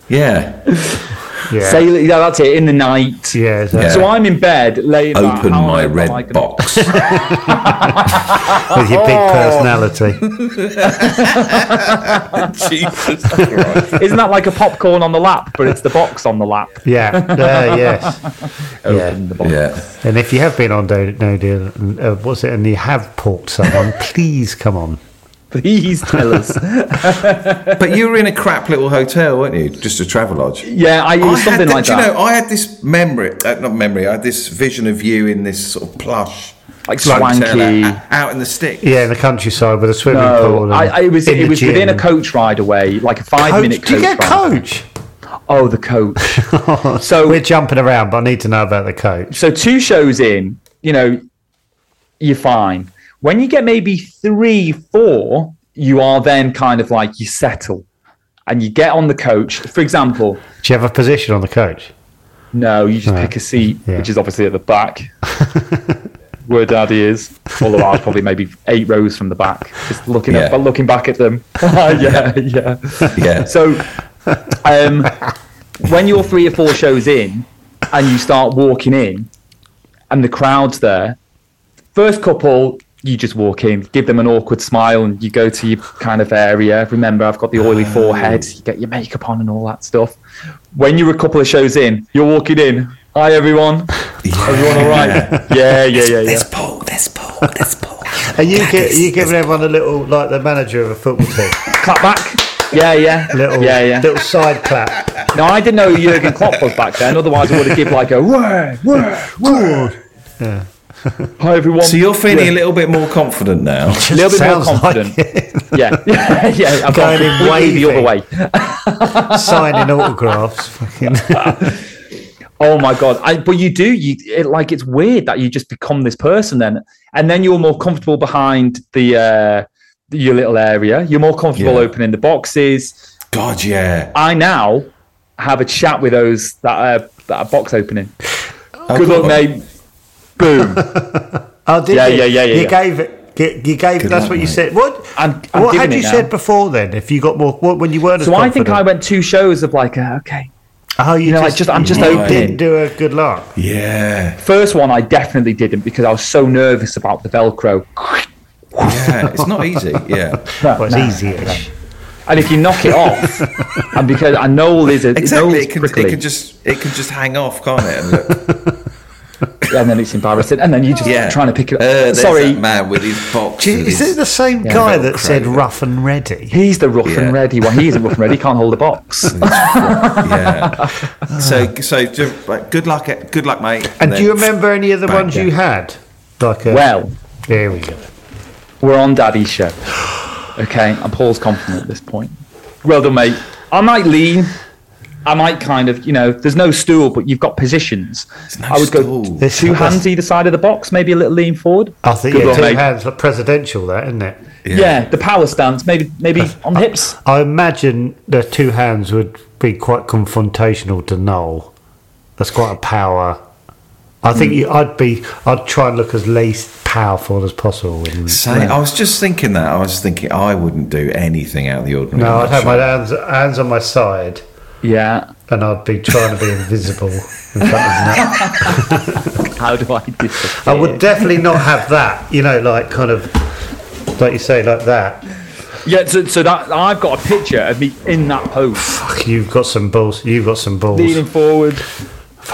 S4: Yeah.
S3: Yeah,
S5: Say, yeah, that's it. In the night.
S3: yeah, so-
S4: Yeah.
S5: So I'm in bed, laying. back,
S4: Open
S5: how on
S4: my
S5: earth am I
S4: red
S5: gonna-
S4: box.
S3: with your big
S5: Oh.
S3: personality.
S4: Jesus Christ.
S5: Isn't that like a popcorn on the lap, but it's the box on the lap?
S3: Yeah, uh, yes, yeah.
S4: Yeah.
S3: And if you have been on Do- No Deal, uh, what's it? And you have porked someone, please come on.
S5: Please tell us.
S4: But you were in a crap little hotel, weren't you? Just a travelodge.
S5: Yeah, I, it was
S4: I
S5: something
S4: had
S5: like
S4: do
S5: that.
S4: You know, I had this memory, uh, not memory, I had this vision of you in this sort of plush,
S5: Like
S4: hotel,
S5: swanky.
S4: uh, out in the stick.
S3: Yeah, in the countryside with a swimming pool.
S5: no,
S3: And
S5: I, I, it was
S3: in
S5: it
S3: the
S5: was within a
S3: gym.
S5: coach ride away, like a five
S3: Coach-
S5: minute coach.
S3: Do you get
S5: ride.
S3: coach?
S5: Oh, the coach. so
S3: We're jumping around, but I need to know about the coach.
S5: so two shows in, you know, you're fine. When you get maybe three, four, you are then kind of like you settle, and you get on the coach. For example,
S3: Do you have a position on the coach?
S5: no, you just pick a seat,
S3: Yeah.
S5: which is obviously at the back. Where daddy is, although I was probably maybe eight rows from the back, just looking at,
S4: Yeah.
S5: but looking back at them. yeah, yeah.
S4: Yeah.
S5: So, um, when you're three or four shows in and you start walking in and the crowd's there, first couple, you just walk in, give them an awkward smile, and you go to your kind of area. Remember, I've got the oily forehead, you get your makeup on and all that stuff. When you're a couple of shows in, you're walking in. Hi, everyone. Everyone all right? Yeah, yeah, yeah, yeah.
S4: Paul, there's Paul, there's Paul.
S3: And you get you giving everyone a little like the manager of a football team,
S5: Clap back. Yeah, yeah.
S3: little
S5: yeah, yeah.
S3: little side clap.
S5: No, I didn't know Jurgen Klopp was back then. Otherwise, I would have given like a word, word, word. Hi everyone.
S4: So you're feeling
S5: Yeah.
S4: a little bit more confident now.
S5: a little bit more
S3: Sounds like
S5: confident. yeah, yeah, yeah. I've
S3: Going
S5: gone
S3: in
S5: completely the other way.
S3: waving. signing autographs. Fucking.
S5: Oh my god! I, but you do. You it, like it's weird that you just become this person then, and then you're more comfortable behind the uh, your little area. You're more comfortable
S4: Yeah.
S5: opening the boxes.
S4: God, yeah.
S5: I now have a chat with those that uh, that are box opening.
S4: Oh,
S5: Good luck,
S4: God.
S5: mate. Boom.
S3: Oh, did
S5: Yeah,
S3: you?
S5: yeah, yeah, yeah,
S3: Oh, You
S5: yeah.
S3: gave it. Get- You gave. that's
S4: luck,
S3: what you
S4: mate.
S3: said. What?
S5: I'm- I'm
S3: what
S5: giving
S3: had
S5: it
S3: you
S5: now.
S3: said before then? If you got more, what, when you weren't as
S5: So I think
S3: confident?
S5: I went two shows of like, uh, okay.
S3: Oh, you,
S5: you know, like,
S3: just,
S5: just- I'm just
S3: you
S5: open.
S3: Didn't do a good luck.
S4: Yeah,
S5: First one I definitely didn't because I was so nervous about the Velcro.
S4: yeah. It's not easy. Yeah,
S5: No,
S3: Well, it's
S5: no.
S3: easy-ish.
S5: And if you knock it off, and because I know there's a
S4: exactly.
S5: Noel's
S4: It can, it
S5: prickly,
S4: can just it can just hang off, can't it? And look,
S5: and then it's embarrassing, and then you're just
S4: yeah,
S5: trying to pick it up.
S4: Uh, there's
S5: Sorry,
S4: that man with his box.
S3: Do you-
S4: and
S3: Is
S4: his-
S3: it the same guy that
S4: Velcro,
S3: said
S4: yeah.
S3: rough and ready?
S5: he's the rough
S4: Yeah.
S5: and ready one. He's a rough and ready. He can't hold a box.
S4: yeah. So so ju- like, good luck, eh, good luck, mate.
S3: And
S4: then-
S3: do you remember any of the
S4: Bang,
S3: ones
S4: yeah.
S3: you had? Like a,
S5: well,
S3: there we go.
S5: we're on Daddy's show. Okay, and Paul's confident at this point. Well done, mate. I might lean. I might kind of, you know, there's no stool, but you've got positions.
S4: no
S5: I would
S4: stool.
S5: go two hands either side of the box, maybe a little lean forward.
S3: I think
S5: Good
S3: yeah,
S5: one,
S3: two
S5: mate.
S3: hands like presidential, that isn't it?
S5: Yeah. the power stance, maybe maybe on hips.
S3: I imagine the two hands would be quite confrontational to Noel. That's quite a power. I think
S4: Hmm.
S3: you, I'd be. I'd try and look as least powerful as possible. In,
S4: Say, I was just thinking that. I was thinking I wouldn't do anything out of the ordinary.
S3: no, I'd
S4: I'm not
S3: have my
S4: sure.
S3: hands hands on my side,
S5: Yeah.
S3: and I'd be trying to be invisible. In front of them.
S5: How do I do
S3: I would definitely not have that. You know, like kind of like you say, like that.
S5: Yeah, so, so that I've got a picture of me in that pose,
S3: Fuck, You've got some balls. You've got some balls.
S5: leaning forward.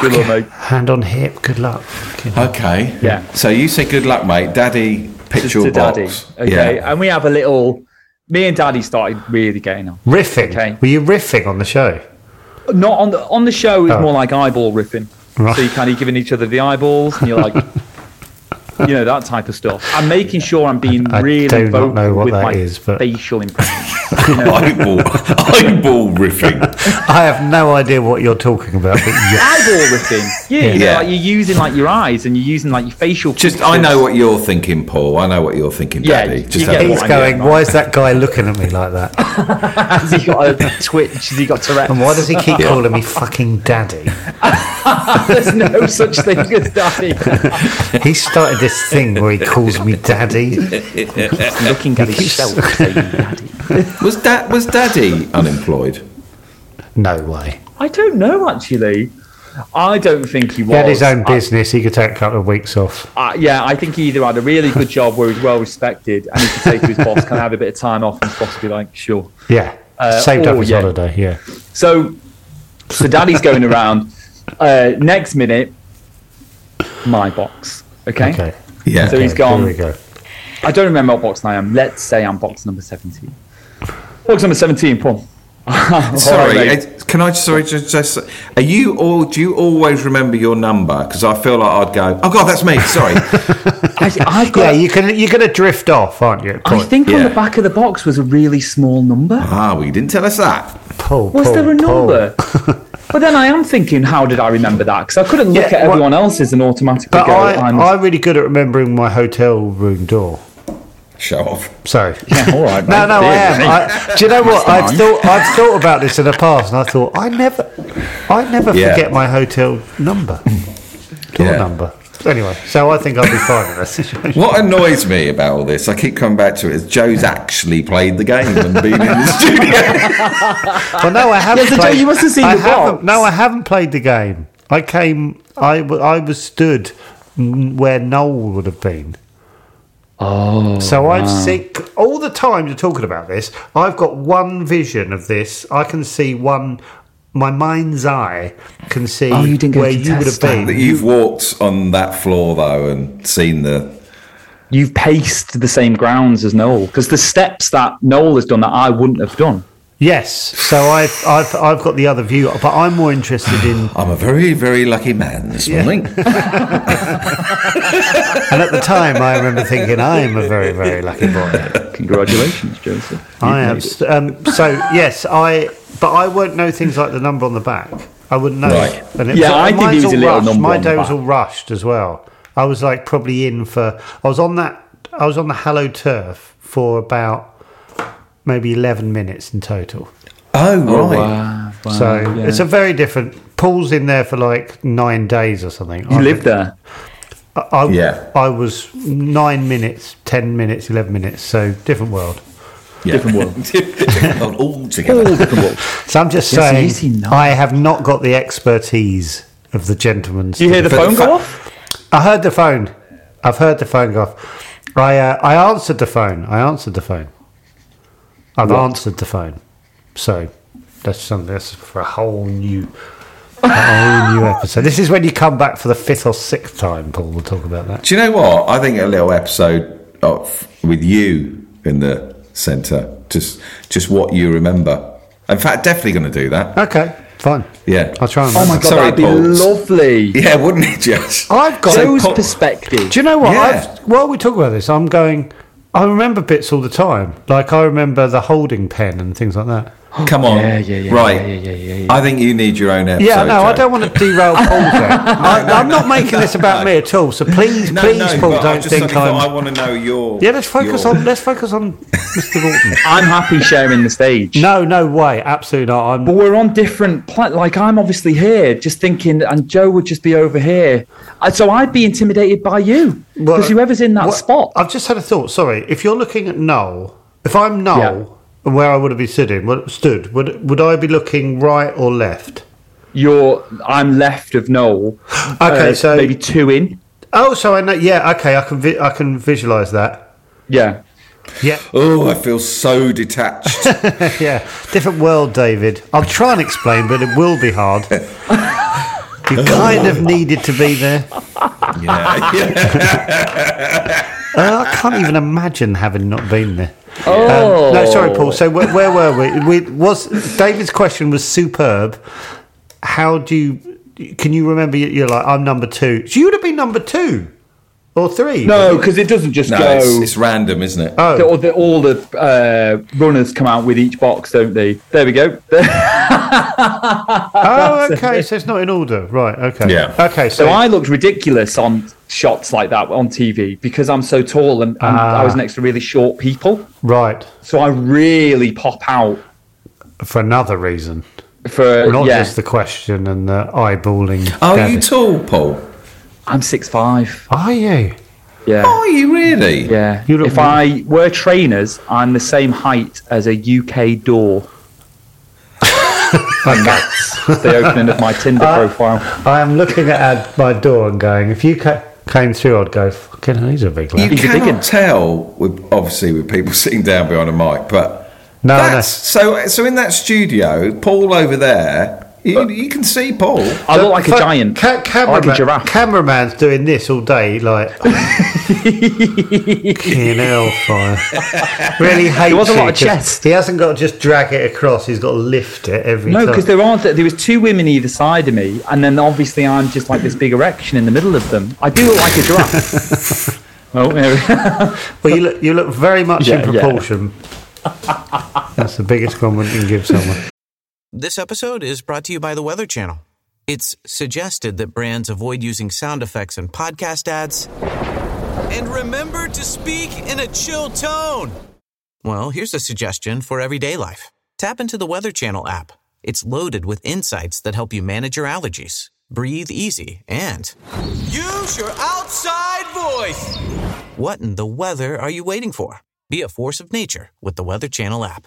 S5: Good luck, mate.
S3: Hand on hip. Good luck. Fucking-
S4: Okay.
S5: Yeah.
S4: So you say good luck, mate. Daddy,
S5: To,
S4: picture
S5: to
S4: your box.
S5: daddy. Okay. And we have a little me and daddy started really getting on.
S3: Riffing.
S5: Okay.
S3: Were you riffing on the show?
S5: Not on the on the show is
S3: Oh.
S5: more like eyeball ripping.
S3: Right.
S5: So you kind of giving each other the eyeballs and you're like you know, that type of stuff. I'm making sure I'm being
S3: I- I
S5: really
S3: do not
S5: vocal
S3: know what
S5: with
S3: that
S5: my
S3: is, but-
S5: facial impressions.
S4: eyeball, eyeball riffing.
S3: I have no idea what you're talking about. But yes.
S5: eyeball riffing. Yeah, you know,
S4: Yeah.
S5: like you're using like your eyes and you're using like your facial
S4: Just, I know what you're thinking, Paul. I know what you're thinking,
S5: Yeah,
S4: Daddy.
S5: you
S4: Just
S5: get
S4: have
S5: what
S3: He's
S5: I'm
S3: going,
S5: getting at.
S3: why is that guy looking at me like that?
S5: Has he got a twitch? Has he got Tourette's?
S3: And why does he keep calling me fucking daddy?
S5: There's no such thing as daddy.
S3: He started this thing where he calls me daddy.
S5: Looking at his shelf, saying daddy.
S4: was that was Daddy unemployed?
S3: No way.
S5: I don't know actually. I don't think he was.
S3: He had his own
S5: I-
S3: business. He could take a couple of weeks off.
S5: I- yeah, I think he either had a really good job where he's well respected and he could say to his boss, "Can I have a bit of time off?" and his boss would be like, "Sure."
S3: Yeah.
S5: Uh,
S3: Saved up
S5: oh,
S3: his
S5: yeah.
S3: holiday. Yeah.
S5: So, so daddy's going around. Uh, next minute, my box. Okay.
S3: Okay.
S4: Yeah.
S5: So he's
S3: Okay,
S5: gone.
S3: Here we go.
S5: I don't remember what box I am. Let's say I'm box number 17. Box number 17, Paul.
S4: sorry,
S5: Alright, mate.
S4: uh, can I just sorry just, just are you all? Do you always remember your number? Because I feel like I'd go. Oh God, that's me. Sorry.
S5: Actually, I've
S3: Yeah,
S5: got.
S3: you can, you're going to drift off, aren't you? at
S5: I
S3: point?
S5: think on
S4: Yeah.
S5: the back of the box was a really small number.
S4: ah, well, you didn't tell us that.
S3: Paul,
S5: Was
S3: Paul,
S5: there a
S3: Paul.
S5: number? but then I am thinking, how did I remember that? Because I couldn't look
S3: Yeah,
S5: at
S3: well-
S5: everyone else's and automatically
S3: But
S5: go,
S3: I,
S5: I'm.
S3: I'm really good at remembering my hotel room door.
S4: Show off.
S3: So
S5: Yeah, all right,
S3: No,
S5: mate.
S3: no, I
S5: Dear
S3: am.
S5: me.
S3: I, do you know what? I've thought I've thought about this in the past, and I thought I never, I never
S4: Yeah.
S3: forget my hotel number, door
S4: Yeah.
S3: number. Anyway, so I think I'll be fine in this situation.
S4: What annoys me about all this, I keep coming back to it, is Joe's actually played the game and been in the studio.
S3: But no, I haven't.
S5: Yeah, so Joe,
S3: played,
S5: you must have seen
S3: I
S5: the
S3: haven't-
S5: box.
S3: No, I haven't played the game. I came. I, w- I was stood n- where Noel would have been. Oh, so I've seen all the time you're talking about this. I've got one vision of this. I can see one. My mind's eye can see
S5: Oh, you didn't go
S3: where
S5: to
S3: you would have
S5: test that.
S3: been.
S4: That You've walked on that floor though and seen the.
S5: You've paced the same grounds as Noel. Because the steps that Noel has done that I wouldn't have done.
S3: Yes, so I've, I've I've got the other view, but I'm more interested in.
S4: I'm a very, very lucky man this morning. Oh,
S3: And at the time, I remember thinking, I'm a very very lucky boy.
S5: Congratulations, Joseph. You've
S3: I
S5: made
S3: am.
S5: it.
S3: st- Um, so yes, I. But I won't know things like the number on the back. I wouldn't know.
S4: Right.
S3: And it,
S5: Yeah, I think
S3: mine's
S5: it was
S3: all
S5: a little
S3: rushed.
S5: number
S3: My
S5: on the
S3: day was
S5: back.
S3: all rushed as well. I was like probably in for. I was on that. I was on the Hello Turf for about maybe eleven minutes in total.
S4: Oh, right.
S5: Wow, wow,
S3: so
S5: yeah.
S3: it's a very different. Paul's in there for like nine days or something.
S5: You lived there.
S3: I, I,
S4: Yeah.
S3: I was nine minutes, ten minutes, eleven minutes. So different world.
S4: Yeah.
S5: Different world.
S4: Different world altogether.
S5: All different world.
S3: So I'm just
S5: Yes, it is
S3: saying,
S5: enough.
S3: I have not got the expertise of the gentleman.
S5: Do you hear the
S4: But
S5: phone
S4: the
S5: go
S4: fa-
S5: off?
S3: I heard the phone. I've heard the phone go off. I uh, I answered the phone. I answered the phone. I've answered the phone. So that's something that's for a whole new a whole new episode. This is when you come back for the fifth or sixth time, Paul. We'll talk about that.
S4: Do you know what? I think a little episode of with you in the centre, just just what you remember. In fact, definitely going to do that.
S3: Okay, fine.
S4: Yeah.
S3: I'll try and.
S5: Oh my god,
S4: Sorry,
S5: that'd be
S4: Paul.
S5: lovely.
S4: Yeah, wouldn't it, Josh?
S3: I've got.
S5: Joe's
S4: Paul-
S5: perspective.
S3: Do you know what?
S4: Yeah.
S3: I've, while we talk about this, I'm going. I remember bits all the time. Like I remember the holding pen and things like that.
S4: Come on.
S5: Yeah, yeah, yeah,
S4: right.
S5: yeah, yeah, yeah, yeah,
S4: I think you need your own episode.
S3: Yeah, no, I
S4: Joe.
S3: don't want to derail Paul. There. I, I'm not making this about me at all. So please,
S4: No,
S3: please,
S4: no,
S3: Paul,
S4: but I
S3: don't
S4: just
S3: think
S4: suddenly
S3: I'm.
S4: thought I want to know your.
S3: yeah, let's focus
S4: your-
S3: on let's focus on Mr. Norton.
S5: I'm happy sharing the stage.
S3: No, no way, absolutely not. I'm.
S5: But we're on different pla- like I'm obviously here just thinking and Joe would just be over here. And so I'd be intimidated by you because whoever's in that
S3: What-
S5: spot.
S3: I've just had a thought. Sorry, if you're looking at Noel, if I'm Noel, where I would have been sitting, would- stood, would would I be looking right or left?
S5: You're I'm left of Noel.
S3: Okay, so-
S5: Uh, maybe two in.
S3: Oh, so I know. Yeah, okay, I can vi- I can visualize that.
S5: Yeah.
S3: Yeah,
S4: Oh, I feel so detached.
S3: yeah, different world, David. I'll try and explain, but it will be hard. You kind of needed to be there.
S4: yeah, yeah.
S3: Uh, I can't even imagine having not been there.
S5: Oh
S3: Um, no, sorry, Paul. So where, where were we? we? Was David's question was superb. How do you? Can you remember? you- You're like I'm number two. So you would have been number two or three.
S5: No, because it doesn't just
S4: No,
S5: go
S4: it's, it's random, isn't it?
S3: Oh,
S5: The- all the, all the uh, runners come out with each box, don't they? There we go.
S3: Oh, okay. So it's not in order, right? Okay.
S4: Yeah.
S3: Okay. So,
S5: So I looked ridiculous on shots like that on TV because I'm so tall and, and I
S4: Ah.
S5: was next to really short people.
S3: right
S5: So I really pop out
S3: for another reason,
S5: for
S3: not
S5: yeah. Oh,
S3: just the question and the eyeballing.
S4: Are
S3: David.
S4: you tall, Paul?
S5: I'm six five.
S3: Are you?
S5: Yeah.
S4: Are you really?
S5: Yeah.
S3: Oh, You look
S5: If I were trainers, I'm the same height as a UK door. and that's the opening of my Tinder
S3: Uh,
S5: profile.
S3: I am looking at ad- my door and going, if you ca- came through, I'd go, fucking, hell, he's a big
S4: You
S3: lad.
S5: He's a big
S4: cannot
S5: un.
S4: tell, with, obviously, with people sitting down behind a mic, but
S3: No, no.
S4: that's, so so in that studio, Paul over there, you, you can see Paul.
S5: I look like a
S3: Fuck,
S5: giant.
S3: Ca-
S5: I
S3: cameraman,
S5: like a giraffe.
S3: Cameraman's doing this all day, like, fucking hell, fire. Really hates
S5: was a
S3: you
S5: lot of
S3: 'cause
S5: chest.
S3: He hasn't got to just drag it across, he's got to lift it every
S5: No,
S3: time.
S5: because there aren't. There was two women either side of me, and then obviously I'm just like this big erection in the middle of them. I do look like a giraffe. oh, there we
S3: Well, you look, you look very much
S5: Yeah,
S3: in
S5: yeah.
S3: proportion. That's the biggest compliment you can give someone.
S7: This episode is brought to you by the Weather Channel. It's suggested that brands avoid using sound effects in podcast ads. And remember to speak in a chill tone. Well, here's a suggestion for everyday life tap into the Weather Channel app. It's loaded with insights that help you manage your allergies, breathe easy, and use your outside voice. What in the weather are you waiting for? Be a force of nature with the Weather Channel app.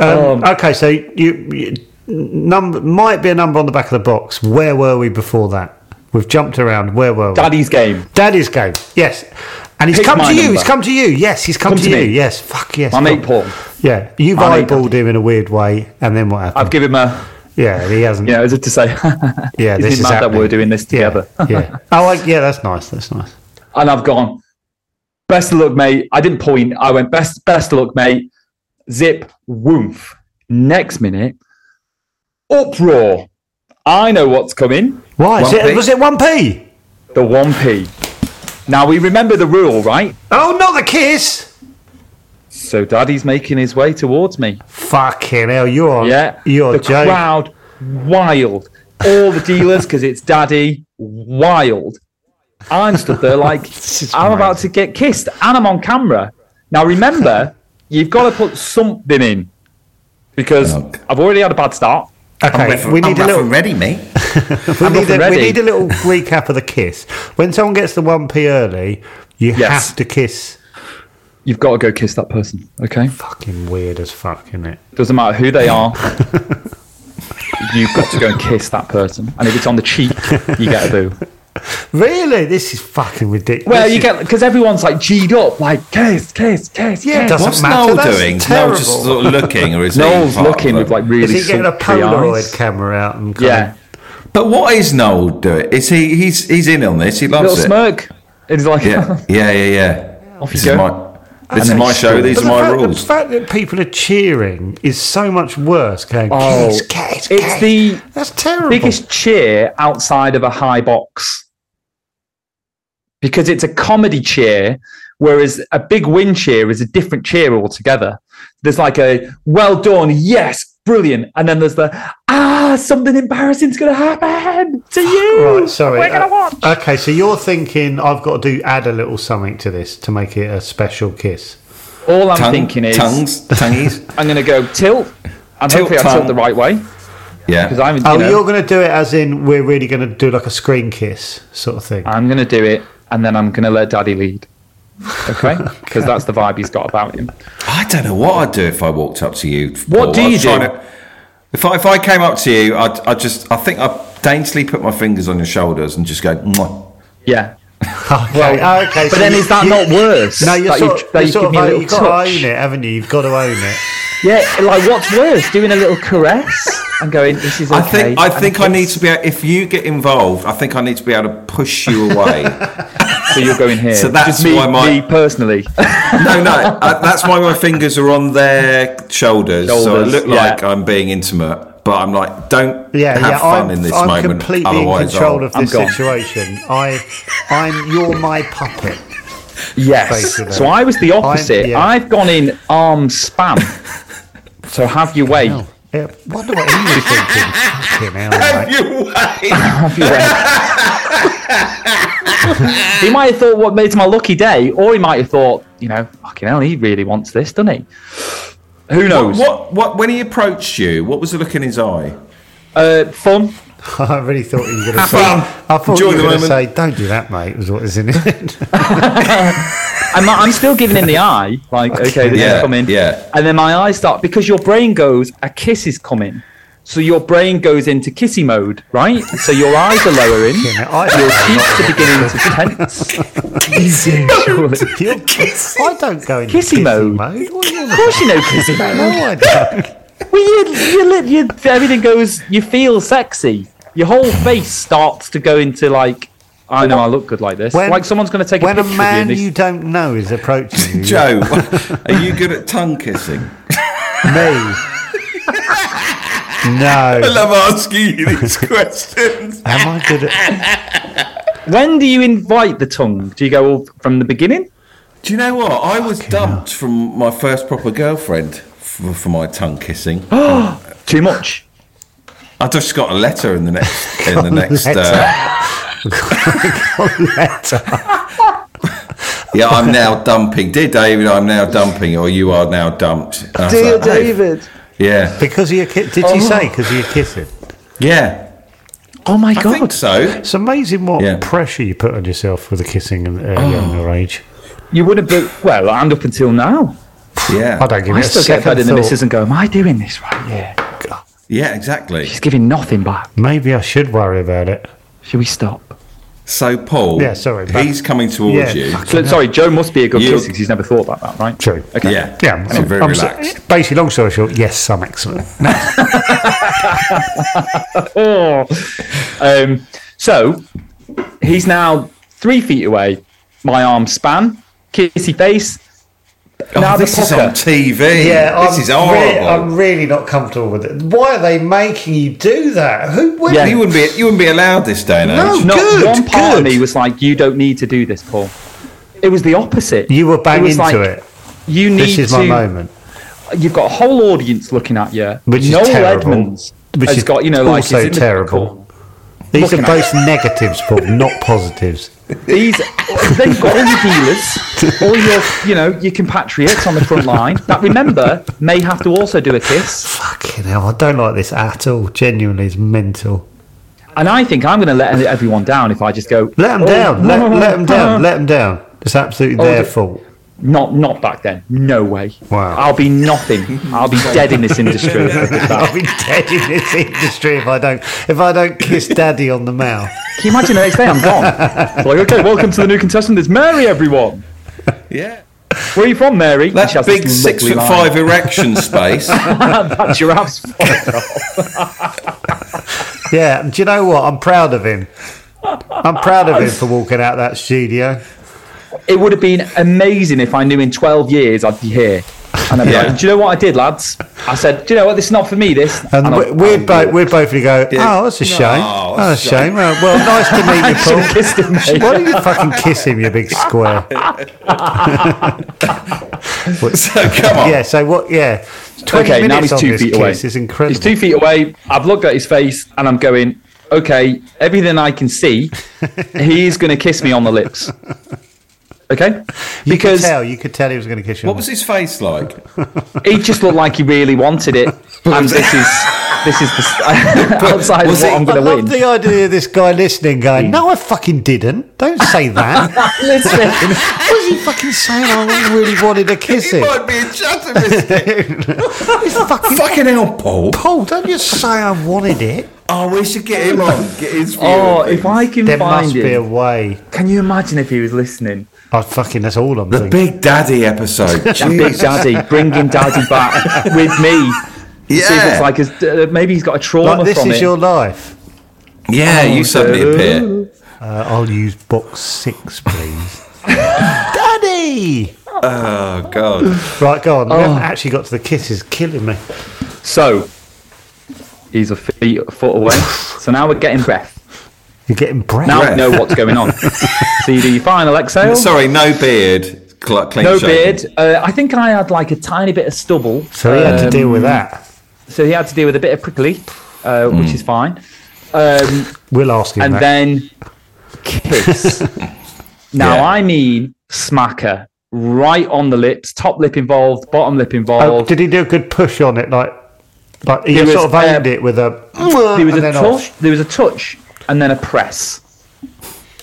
S3: Um, okay, so you, you number might be a number on the back of the box. Where were we before that? We've jumped around. Where were we?
S5: Daddy's game.
S3: Daddy's game. Yes. And he's
S5: Pick
S3: come
S5: my
S3: to you.
S5: number.
S3: He's come to you. Yes, he's come,
S5: Come
S3: to,
S5: to
S3: you.
S5: me.
S3: Yes. Fuck yes.
S5: My mate
S3: Come-
S5: Paul.
S3: Yeah. You've
S5: My mate
S3: eyeballed him in a weird way, and then what happened?
S5: I've given him a
S3: yeah, and he hasn't.
S5: you know, as if to say,
S3: yeah,
S5: isn't
S3: this
S5: it
S3: is
S5: mad that
S3: happening.
S5: we're doing this
S3: Yeah,
S5: together?
S3: yeah. Oh, I like. Yeah, that's nice. That's nice.
S5: and I've gone, best of luck, mate. I didn't point. I went, best, best of luck, mate. Zip, woof. Next minute, uproar. I know what's coming.
S3: Why? Is
S4: One
S3: it,
S4: P?
S3: was it one p?
S5: The 1p. Now we remember the rule, right?
S3: Oh, not the kiss.
S5: So daddy's making his way towards me.
S3: Fucking hell! You're
S5: Oh, Yeah.
S3: You're
S5: the
S3: joking.
S5: crowd wild. All the dealers, because it's daddy, wild. I'm stood there like
S3: is
S5: I'm about to get kissed and I'm on camera. Now remember, you've got to put something in. Because
S4: Oh.
S5: I've already had a bad start.
S3: Okay,
S4: Ref-
S3: we need
S4: I'm
S3: a little.
S4: and ready, mate.
S3: We need,
S5: nothing
S3: a, we
S5: ready.
S3: need a little recap of the kiss. When someone gets the one p early, you
S5: Yes.
S3: have to kiss.
S5: You've got to go kiss that person, okay?
S3: Fucking weird as fuck, isn't it?
S5: Doesn't matter who they are. You've got to go and kiss that person. And if it's on the cheek, you get a boo.
S3: Really, this is fucking ridiculous.
S5: Well,
S3: This
S5: you
S3: is-
S5: get because everyone's like G'd up, like kiss, kiss, kiss.
S3: Yeah,
S5: kiss.
S3: doesn't
S4: What's
S3: matter.
S4: Noel
S3: That's
S4: doing?
S3: terrible.
S4: Noel just sort of looking, or is he
S5: Noel's
S4: part of
S5: looking
S4: the-
S5: with like really
S3: Is he getting a
S5: sultry
S3: Polaroid
S5: eyes.
S3: camera out and kind
S5: Yeah,
S4: But what is Noel doing? Is he? He's he's in on this. He loves
S5: little
S4: it.
S5: smirk. It's like
S4: Yeah, yeah, yeah, yeah.
S5: Off
S4: this
S5: you
S4: is
S5: go.
S4: my this is my show. These
S3: But
S4: are
S3: the
S4: my
S3: fact,
S4: rules.
S3: The fact that people are cheering is so much worse. Going,
S5: Oh,
S3: kiss, kiss, kiss.
S5: it's the
S3: that's terrible.
S5: biggest cheer outside of a high box because it's a comedy cheer, whereas a big win cheer is a different cheer altogether. There's like a well done, yes, brilliant, and then there's the ah, something embarrassing's gonna happen to you.
S3: Right, sorry.
S5: We're gonna
S3: Uh,
S5: watch.
S3: okay, so you're thinking I've got to do add a little something to this to make it a special kiss.
S5: All I'm
S4: Tongue-
S5: thinking is
S4: tongues, tongueies.
S5: I'm going to go tilt, and
S4: Tilt,
S5: hopefully I tilt
S4: tongue.
S5: the right way because
S4: yeah.
S5: I'm. You
S3: Oh,
S5: know,
S3: you're going to do it as in we're really going to do like a screen kiss sort of thing.
S5: I'm going to do it, and then I'm going to let Daddy lead. Okay, because that's the vibe he's got about him.
S4: I don't know what I'd do if I walked up to you.
S5: What do
S4: I was
S5: you
S4: trying
S5: do?
S4: to- if I if I came up to you, I'd I just I think I daintily put my fingers on your shoulders and just go. "Mwah."
S5: Yeah,
S3: okay, Ah, okay.
S5: but then is that not worse?
S3: No, you're
S5: That
S3: sort,
S5: you've-
S3: of-
S5: that
S3: you're
S5: you
S3: sort
S5: give
S3: of
S5: me a
S3: like,
S5: little
S3: you've got to
S5: touch?
S3: own it, haven't you? You've got to own it.
S5: yeah, like what's worse, doing a little caress and going, "This is okay."
S4: I think I
S5: and a
S4: think I
S5: kiss.
S4: need to be. a- If you get involved, I think I need to be able to push you away.
S5: So you're going here.
S4: So that's
S5: Just me,
S4: why my-
S5: me personally.
S4: no, no, uh, that's why my fingers are on their shoulders, so I
S5: Shoulders,
S4: look
S5: yeah.
S4: like I'm being intimate. But I'm like, don't
S3: Yeah,
S4: have
S3: yeah.
S4: fun
S3: I'm,
S4: in this
S3: I'm
S4: moment.
S3: completely in
S4: otherwise,
S3: control
S4: I'll-
S3: of this
S5: I'm gone.
S3: situation. I, I'm. You're my puppet.
S5: Yes.
S3: Basically.
S5: So I was the opposite.
S3: yeah.
S5: I've gone in arm spam. so have your way.
S3: Yeah, wonder what he was thinking. Fucking hell, mate.
S4: you wait.
S5: Have your way. he might have thought, "What made my lucky day," or he might have thought, you know, fucking hell, he really wants this, doesn't he? Who
S4: What,
S5: knows?
S4: what? What? When he approached you, what was the look in his eye?
S5: Uh, fun.
S3: I really thought you were going to
S4: Have
S3: say.
S4: fun.
S3: I thought
S4: Enjoy
S3: you
S4: the
S3: were going to
S4: moment.
S3: say, "Don't do that, mate." Was what is in it?
S5: I'm, not- I'm still giving him the eye, like, okay, this
S4: Yeah,
S5: is coming.
S4: yeah.
S5: And then my eyes start because your brain goes, a kiss is coming. So your brain goes into kissy mode, right? So your eyes are lowering.
S3: I
S5: Your cheeks are beginning to tense. Surely.
S3: You're, I don't go into
S5: Kissy
S3: kissy
S5: mode.
S3: mode. What are you on
S5: Of course you know kissy
S3: about?
S5: mode.
S3: No, I don't.
S5: Well, you, you, li- you, everything goes. You feel sexy. Your whole face starts to go into like, I know I look good like this.
S3: When-
S5: like someone's going to take a
S3: When
S5: picture
S3: a
S5: of you.
S3: man
S5: and they-
S3: you don't know is approaching you,
S4: Joe, are you good at tongue kissing?
S3: me. No,
S4: love asking you these questions.
S3: am I good at?
S5: when do you invite the tongue? Do you go all from the beginning?
S4: Do you know what? I was dumped from my first proper girlfriend for, for my tongue kissing.
S5: Too much.
S4: I just got a letter in the next in the next. Uh, yeah, I'm now dumping. Dear David, I'm now dumping, or you are now dumped. And I was like, "Hey." Yeah,
S3: Because of your ki- did you say because of your kissing?
S4: yeah.
S5: Oh my
S4: I
S5: god.
S4: think so.
S3: It's amazing what
S4: Yeah.
S3: pressure you put on yourself with a kissing at a younger age.
S5: You would have been well, and up until now.
S4: Yeah,
S3: I don't give
S5: I
S3: it a
S5: still get
S3: second
S5: fed in the
S3: thought.
S5: missus and go, Am I doing this right? Yeah.
S4: yeah, exactly.
S5: She's giving nothing back.
S3: Maybe I should worry about it.
S5: Should we stop?
S4: So, Paul,
S3: Yeah, sorry, back-
S4: he's coming towards
S3: Yeah.
S4: you.
S5: So, sorry, Joe must be a good
S4: You-
S5: kid because he's never thought about that, right?
S3: True.
S5: Okay.
S4: Yeah,
S3: Yeah,
S4: So very
S3: I'm so-
S4: relaxed.
S3: basically, long story short, yes, I'm excellent.
S5: Oh. Um, so he's now three feet away. My arm span, kissy face. now
S4: oh,
S5: the
S4: this is
S5: poker.
S4: on TV.
S3: Yeah,
S4: this
S3: I'm,
S4: is horrible.
S3: rea- I'm really not comfortable with it. Why are they making you do that? Who? When,
S5: Yeah.
S4: you wouldn't be. You wouldn't be allowed this day and
S3: No.
S4: age.
S5: Not
S3: Good,
S5: one part
S3: good.
S5: of me was like, "You don't need to do this, Paul." It was the opposite.
S3: You were bang
S5: was
S3: into
S5: like,
S3: it.
S5: You need
S3: This is my
S5: to-
S3: moment.
S5: You've got a whole audience looking at you.
S3: Which is
S5: Noel
S3: terrible.
S5: Edmonds
S3: Which
S5: has
S3: is
S5: got you know like
S3: also
S5: he's in the
S3: terrible.
S5: corner.
S3: These are
S5: Looking at
S3: both negatives, Paul, not positives.
S5: These, they've got all your dealers, all your, you know, your compatriots on the front line that remember may have to also do a kiss.
S3: Fucking hell, I don't like this at all. Genuinely, it's mental.
S5: And I think I'm going to let everyone down if I just go.
S3: Let them
S5: "Oh,
S3: down. Let,
S5: no,
S3: let 'em down.
S5: no."
S3: Let them down. It's absolutely
S5: Oh,
S3: their
S5: the-
S3: fault.
S5: Not, not back then. No way.
S3: Wow.
S5: I'll be nothing. I'll be dead in this industry.
S3: I'll
S5: Can
S3: be dead in this industry if I don't if I don't kiss Daddy on the mouth.
S5: you imagine the next day I'm gone? It's like, okay, welcome to the new contestant. It's Mary, everyone.
S4: Yeah,
S5: Where are you from, Mary?
S4: that
S5: She has this
S4: big six
S5: lovely
S4: foot
S5: line.
S4: five erection space.
S5: That's your house.
S3: Yeah, and do you know what? I'm proud of him. I'm proud of him for walking out that studio.
S5: it would have been amazing if I knew in 12 years I'd be here. And I'd be
S4: Yeah.
S5: like, do you know what I did, lads? I said, do you know what? This is not for me, this.
S3: And
S5: I-
S3: we- we're both we're both going to go.
S4: Yeah.
S3: Oh, that's a
S4: No,
S3: shame. Oh, that's a shame. Oh, well, nice to meet you,
S5: I should have
S3: Paul.
S5: kissed him, mate.
S3: Why don't you fucking kiss him, you big square?
S4: so come on.
S3: Yeah. So what? Yeah. 20
S5: Okay, now
S3: minutes
S5: he's
S3: on
S5: two
S3: this
S5: feet
S3: kiss
S5: away.
S3: is incredible.
S5: He's two feet away. I've looked at his face and I'm going, okay, everything I can see, he's going to kiss me on the lips. Okay?
S3: you
S5: Because
S3: could tell. You could tell he was going to kiss you.
S4: What was his face like?
S5: he just looked like he really wanted it. And this is this is the outside of
S4: was
S5: what
S4: it-
S5: I'm
S3: I
S5: going to win.
S3: love the idea of this guy listening, going, "No, I fucking didn't. Don't say that."
S5: Listen.
S3: what is he fucking saying? I really wanted to kiss him.
S4: might be a chatumistic.
S3: He's fucking
S4: Fucking hell, Paul.
S3: Paul. Don't just say I wanted it.
S4: Oh, we should get him on. Get his view.
S5: Oh,
S4: of things.
S5: if I can
S3: There
S5: find
S3: must be a
S5: him.
S3: way.
S5: Can you imagine if he was listening?
S3: Oh, fucking. That's all I'm
S4: the
S3: thinking.
S4: Big Daddy episode.
S5: Big
S4: Jeez.
S5: Daddy, bringing Daddy back with me. See if
S4: yeah,
S5: it's like his, uh, maybe he's got a trauma
S3: like this
S5: from
S3: is
S5: it.
S3: your life.
S4: yeah. You suddenly
S5: Oh.
S4: appear.
S3: Uh, I'll use box six, please. Daddy.
S4: Oh God!
S3: Right, go on. We haven't actually got to the kisses. Killing me.
S5: So he's a feet a foot away. so now we're getting breath.
S3: You're getting breath.
S5: Now I
S4: Breath.
S5: know what's going on. See the final exhale.
S4: Sorry, no beard. Cl- clean
S5: No
S4: shaven.
S5: beard. Uh, I think I had like a tiny bit of stubble,
S3: so he had to
S5: Um,
S3: deal with that.
S5: so he had to deal with a bit of prickly, uh,
S3: Hmm.
S5: which is fine. Um,
S3: We'll ask him
S5: and
S3: that.
S5: then kiss. now
S4: Yeah.
S5: I mean smacker, right on the lips, top lip involved, bottom lip
S3: Oh,
S5: involved.
S3: did he do a good push on it? Like, like he,
S5: He was,
S3: sort of aimed
S5: uh,
S3: it with a.
S5: there was
S3: and
S5: a
S3: then off.
S5: touch. There was a touch, and then a press.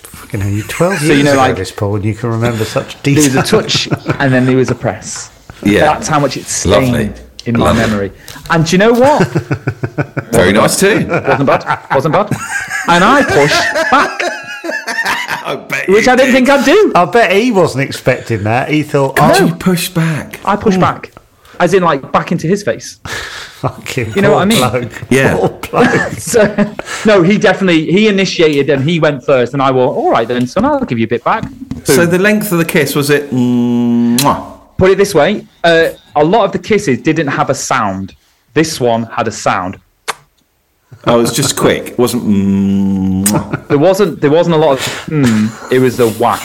S3: Fucking hell, you're 12 years
S5: you know,
S3: ago
S5: like-
S3: this, Paul, and you can remember such
S5: There was
S3: detail.
S5: a touch, and then there was a press.
S4: Yeah,
S5: That's how much it's stained
S4: Lovely.
S5: in my
S4: Lovely.
S5: memory. And do you know what?
S4: very nice too.
S5: Wasn't bad. Wasn't bad. And I pushed back,
S4: I bet
S5: which
S4: you
S5: I didn't think I'd do.
S3: I bet he wasn't expecting that. He thought,
S4: Did
S3: oh,
S4: you push back?
S5: I pushed back, as in like back into his face.
S3: fucking
S5: You know
S3: poor
S5: what I mean?
S3: bloke.
S4: Yeah.
S3: Poor bloke.
S5: So, no, he definitely he initiated and he went first, and I went, all right then, son, I'll give you a bit back.
S4: So the length of the kiss was it? Mwah.
S5: Put it this way, uh, a lot of the kisses didn't have a sound. This one had a sound.
S4: Oh, it was just quick. It wasn't. Mwah.
S5: There wasn't there wasn't a lot of mm, it was a whack.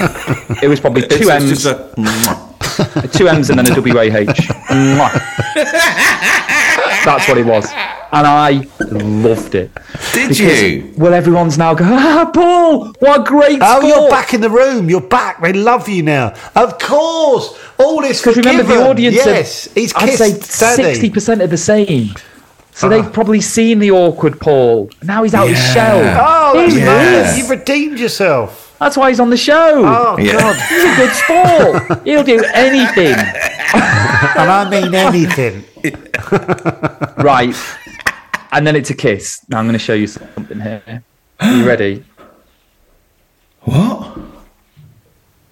S5: It was probably
S4: It's-
S5: two
S4: it's
S5: M's,
S4: just a mwah.
S5: two M's, and then a W A H. Mwah. That's what it was, and I loved it.
S4: Did
S5: Because-
S4: you?
S5: Well, everyone's now going, ah, Paul, what a great
S3: Oh,
S5: score!
S3: you're back in the room. You're back. They love you now. Of course. All this
S5: Because remember, the audience, are-
S3: Yes. he's
S5: I'd
S3: kissed Ah.
S5: say
S3: Daddy.
S5: sixty percent of the same. So they've probably seen the awkward Paul. Now he's out of his shell.
S3: Oh, that's
S5: Yeah.
S3: nice. You've redeemed yourself.
S5: That's why he's on the show.
S3: Oh,
S4: Yeah.
S3: God.
S5: He's a good sport. He'll do anything.
S3: And I mean anything.
S5: Right. And then it's a kiss. Now I'm going to show you something here. Are you ready?
S4: What?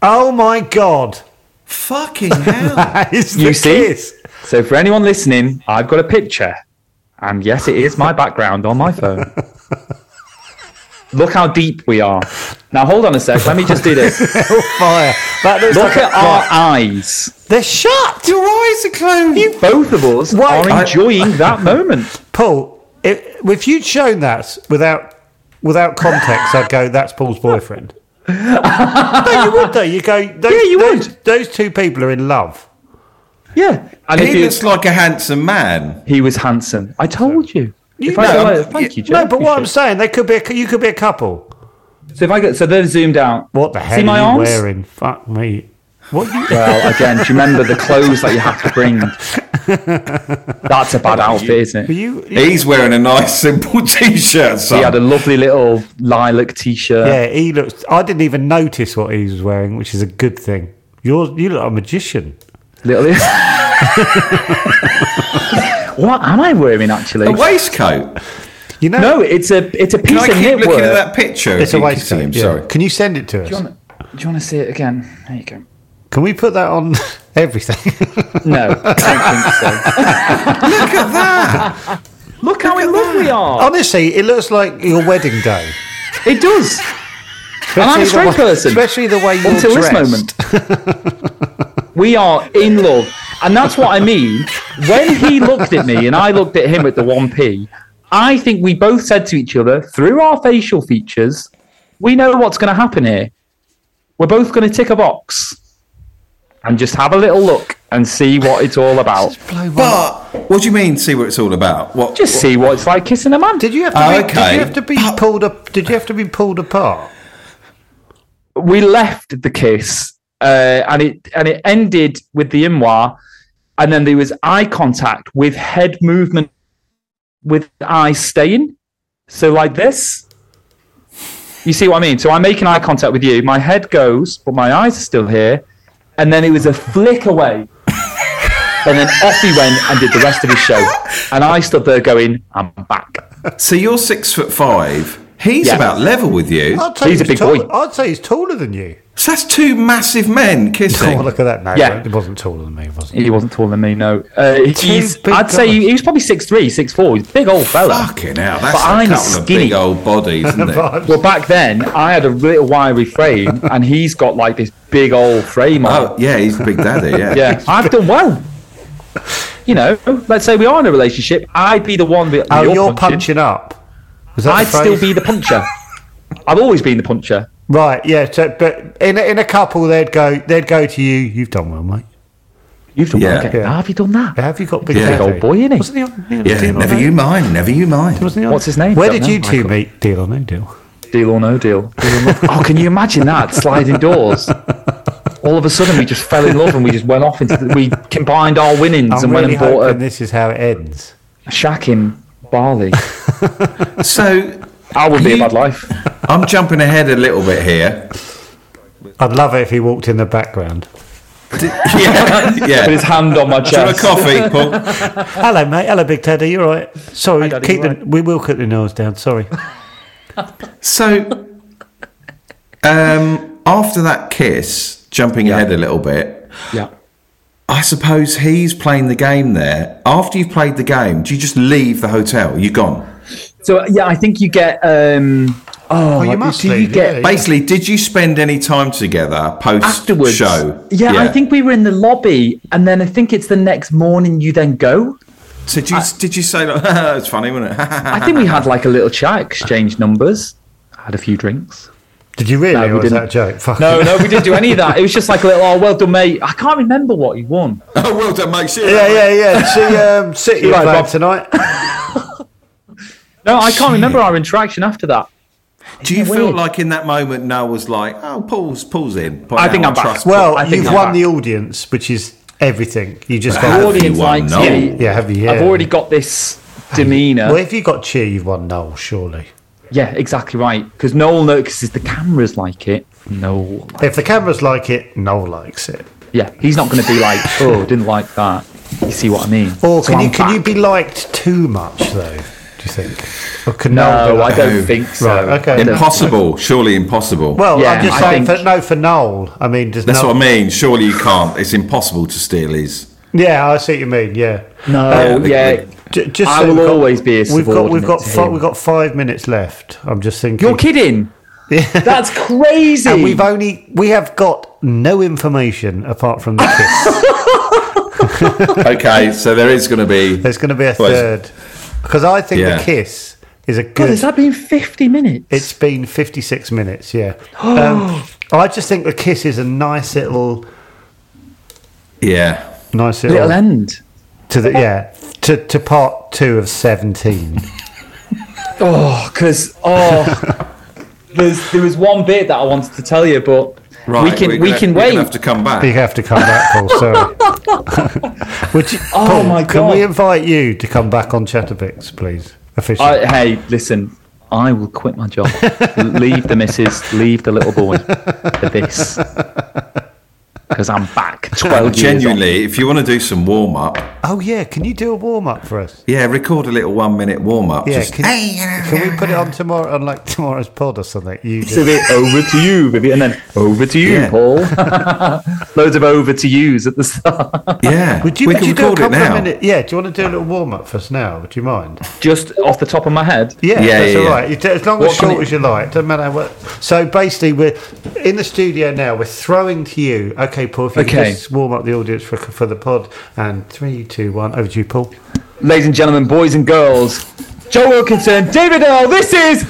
S3: Oh my god!
S4: Fucking hell.
S3: That is the
S5: You see?
S3: kiss.
S5: So for anyone listening, I've got a picture. And yes, it is my background on my phone. Look how deep we are. Now hold on a sec. Let me just do this.
S3: Fire. That looks
S5: Look
S3: like
S5: at
S3: a fire.
S5: our eyes.
S3: They're shut.
S4: Your eyes are closed.
S5: Both of us
S3: Why-
S5: are enjoying that moment.
S3: Paul, if, if you'd shown that without without context, I'd go, "That's Paul's boyfriend." no, you would though. You go, those,
S5: Yeah, you
S3: those,
S5: would.
S3: Those two people are in love.
S5: Yeah. And if
S4: he
S5: you-
S4: looks like a handsome man.
S5: he was handsome. I told you.
S3: You-
S5: If I
S3: no,
S5: go, thank you, Joe.
S3: no, but what I'm
S5: Appreciate
S3: saying, they could be. A, cou- you could be a couple.
S5: it. so if I go, so they're zoomed out.
S3: What the hell
S5: See my
S3: are you
S5: arms?
S3: wearing? Fuck me. What? You,
S5: Well, again, do you remember the clothes that you had to bring? That's a bad outfit, isn't
S3: were
S5: it?
S3: you, you-
S4: He's wearing a nice simple t-shirt.
S5: He
S4: Son.
S5: had a lovely little lilac t-shirt.
S3: yeah, he looks. I didn't even notice what he was wearing, which is a good thing. You're you look like a magician.
S5: Little. what am I wearing actually?
S4: A waistcoat.
S3: You know,
S5: No, it's a it's a
S4: Can
S5: piece
S4: I
S5: of
S4: keep
S5: knitwear.
S4: looking at that picture?
S3: it's
S4: if
S3: a
S4: you can see
S3: waistcoat.
S4: him?
S3: yeah.
S4: Sorry.
S3: Can you send it to us?
S5: Do you, want, do you want to see it again? There you go.
S3: Can we put that on everything?
S5: No, I don't think so.
S4: Look at that.
S5: Look how in love we are.
S3: Honestly, it looks like your wedding day.
S5: It does. And I'm a
S3: Especially
S5: straight
S3: the way-
S5: person.
S3: Especially the way you're
S5: until
S3: dressed.
S5: this moment. we are in love. And that's what I mean. When he looked at me and I looked at him at the 1p, I think we both said to each other through our facial features, we know what's going to happen here. We're both going to tick a box and just have a little look and see what it's all about.
S4: But what do you mean? See what it's all about? What?
S5: Just see what it's like kissing a man.
S3: Did you have to?
S4: Oh,
S3: be, Did
S4: okay.
S3: you have to be
S5: Ah.
S3: pulled up? Did you have to be pulled apart?
S5: we left the kiss uh, and it and it ended with the imwa and then there was eye contact with head movement with eyes staying so like this you see what i mean so i'm making eye contact with you my head goes but my eyes are still here and then it was a flick away and then off he went and did the rest of his show and i stood there going i'm back
S4: So you're six foot five. He's
S5: Yeah.
S4: about level with you.
S3: I'd say
S5: He's a big
S3: tall-
S5: boy.
S3: I'd say he's taller than you.
S4: So that's two massive men
S3: Oh,
S4: kissing.
S3: look at that! No,
S5: Yeah.
S3: it wasn't taller than me, was it?
S5: he wasn't taller than me no uh, he's,
S3: big
S5: i'd say
S3: guys.
S5: he, he was probably 6'3 6'4 he's a big old fella
S4: Fucking hell, that's
S5: But
S4: a
S5: I'm
S4: couple of
S5: skinny.
S4: big old bodies, isn't it?
S5: Well, back then I had a little wiry frame, and he's got like this big old frame.
S4: Oh,
S5: on.
S4: yeah, he's a big daddy, yeah.
S5: yeah, I've done well. You know, let's say we are in a relationship. I'd be the one that
S3: Oh,
S5: you're,
S3: you're,
S5: punching.
S3: punching. up. Was that the
S5: I'd still
S3: phrase?
S5: be the puncher. I've always been the puncher.
S3: right. Yeah, so, but in a, in a couple, they'd go they'd go to you. You've done well, mate.
S5: You've done
S4: Yeah.
S5: well. Okay.
S3: Yeah.
S5: Now, have you done that?
S3: Have you got big
S4: Yeah.
S3: daddy?
S5: Big old boy, innit?
S3: Wasn't he on? he was
S4: Yeah,
S3: Deal or
S4: never
S3: No?
S4: you mind, never you mind.
S3: Wasn't he on-
S5: What's his name?
S3: Where
S5: Don't
S3: did
S5: know.
S3: you
S5: I
S3: two
S5: couldn't-
S3: meet? Deal or no deal?
S5: Deal or no deal? oh, can you imagine that sliding doors? All of a sudden, we just fell in love, and we just went off into. The, we combined our winnings
S3: I'm
S5: and
S3: really
S5: went and bought
S3: hoping
S5: a
S3: this is how it ends.
S5: shack in Bali.
S4: So
S5: That would be a
S4: You-
S5: bad life.
S4: I'm jumping ahead a little bit here.
S3: I'd love it if he walked in the background.
S4: Yeah,
S5: Put
S4: yeah.
S5: his hand on my
S4: Do you want
S5: chest.
S4: a coffee, Paul?
S3: Hello, mate. Hello, Big Teddy. You're right. Sorry,
S5: Daddy,
S3: keep
S5: you
S3: the.
S5: all right?
S3: We will cut the nose down. Sorry.
S4: So, um, after that kiss, jumping ahead a little bit,
S5: Yeah.
S4: I suppose he's playing the game there. After you've played the game, do you just leave the hotel? You're gone.
S5: So yeah, I think you get. Um, oh,
S3: you
S5: like,
S3: must
S5: do you
S3: leave,
S5: get
S3: yeah.
S4: Basically, did you spend any time together post
S5: afterwards?
S4: show?
S5: Yeah, I think we were in the lobby, and then I think it's the next morning. You then go.
S4: So did you, did you say like, it's funny, wasn't it?
S5: I think we had like a little chat, exchanged numbers, had a few drinks.
S3: Did you really?
S5: No, we
S3: or was
S5: didn't.
S3: that a joke? Fuck.
S5: No, no, we didn't do any of that. It was just like a little, oh, well done, mate. I can't remember what he won.
S4: oh, well done, mate. Shit.
S3: Yeah, yeah, yeah. See, um, City
S5: Right,
S3: played
S5: Rob.
S3: tonight.
S5: No, I can't remember our interaction after that.
S4: Do you
S5: Isn't it
S4: feel
S5: weird?
S4: like in that moment Noel was like, "Oh, Paul's Paul's in." By
S5: I
S4: now
S5: think I'm back.
S4: trust
S3: Well,
S5: I think
S3: you've
S5: I'm
S3: won
S5: back.
S3: the audience, which is everything. You just
S4: Have
S5: The
S3: got.
S4: you
S5: audience
S4: won,
S5: likes
S4: no?
S5: me.
S3: Yeah, have you? Yeah.
S5: I've already got this demeanour.
S3: Well, if you got cheer, you've won Noel, surely.
S5: Yeah, exactly right. Because Noel notices the cameras like it. Noel.
S3: If the cameras like it, Noel likes it.
S5: Yeah, he's not going to be like, oh, didn't like that. You see what I mean?
S3: Or
S5: So
S3: can
S5: I'm
S3: you can you
S5: back.
S3: be liked too much though? Do you think? Or could Noel
S5: No,
S3: do
S5: I
S3: that?
S5: don't think so.
S3: Right, okay.
S5: I don't-
S4: Impossible. Surely impossible.
S3: Well,
S5: Yeah,
S3: I'm just
S5: I
S3: saying
S5: think-
S3: for no for Noel. I mean, does
S4: that's
S3: Noel,
S4: what I mean. Surely you can't. It's impossible to steal his.
S3: Yeah, I see what you mean. Yeah.
S5: No,
S4: the-
S5: yeah.
S3: J- just
S5: I
S3: so
S5: will
S3: we've got-
S5: always be a
S3: We've got we've
S5: subordinate
S3: got
S5: to
S3: fi-
S5: him.
S3: we've got five minutes left. I'm just thinking.
S5: You're kidding. That's crazy.
S3: And we've only we have got no information apart from the kiss.
S4: Okay, so there is going to be.
S3: There's going to be a
S4: Well, it's-
S3: third because I think
S4: Yeah.
S3: the kiss is a good.
S5: God, has that been 50 minutes?
S3: It's been 56 minutes, yeah. Um, I just think the kiss is a nice little,
S4: Yeah.
S3: nice little,
S5: little end.
S3: to the yeah to, to part two of 17.
S5: Oh, because oh, there's there was one bit that I wanted to tell you, but
S4: Right.
S5: we can
S4: we're
S5: we,
S4: gonna-
S5: can
S4: we're
S5: wait.
S4: gonna have to come back.
S3: you have to come back, Paul. Sorry. Would you,
S5: Oh
S3: Paul,
S5: my
S3: Can we
S5: God.
S3: invite you to come back on Chatterpix, please? Officially.
S5: I, hey, listen, I will quit my job. leave the missus, leave the little boy for this, because I'm back. Twelve years
S4: Genuinely, if you want to do some warm up,
S3: oh yeah, can you do a warm up for us?
S4: yeah, record a little one minute warm up.
S3: Yeah,
S4: just,
S3: can, can we put it on tomorrow on like tomorrow's pod or something? You
S5: on. So
S3: just,
S5: they- over to you, Vivi, and then over to you,
S4: Yeah.
S5: Paul. Loads of over to yous at the start.
S4: yeah.
S3: would you,
S4: we
S3: would
S4: can
S3: you do a
S4: record it
S3: couple of
S4: now.
S3: minutes? Yeah, do you want to do a little warm up for us now? Would you mind?
S5: Just off the top of my head.
S3: Yeah,
S4: Yeah,
S3: that's
S4: yeah,
S3: all
S4: yeah.
S3: right. You do- As long as
S5: What can
S3: short
S5: it-
S3: as you like, doesn't matter what. So basically, we're in the studio now. We're throwing to you. Okay, Paul. If you could
S5: Okay.
S3: just warm up the audience for for the pod. And three, two, one. Over to you, Paul.
S5: Ladies and gentlemen, boys and girls, Joe Wilkinson, David Earl, this is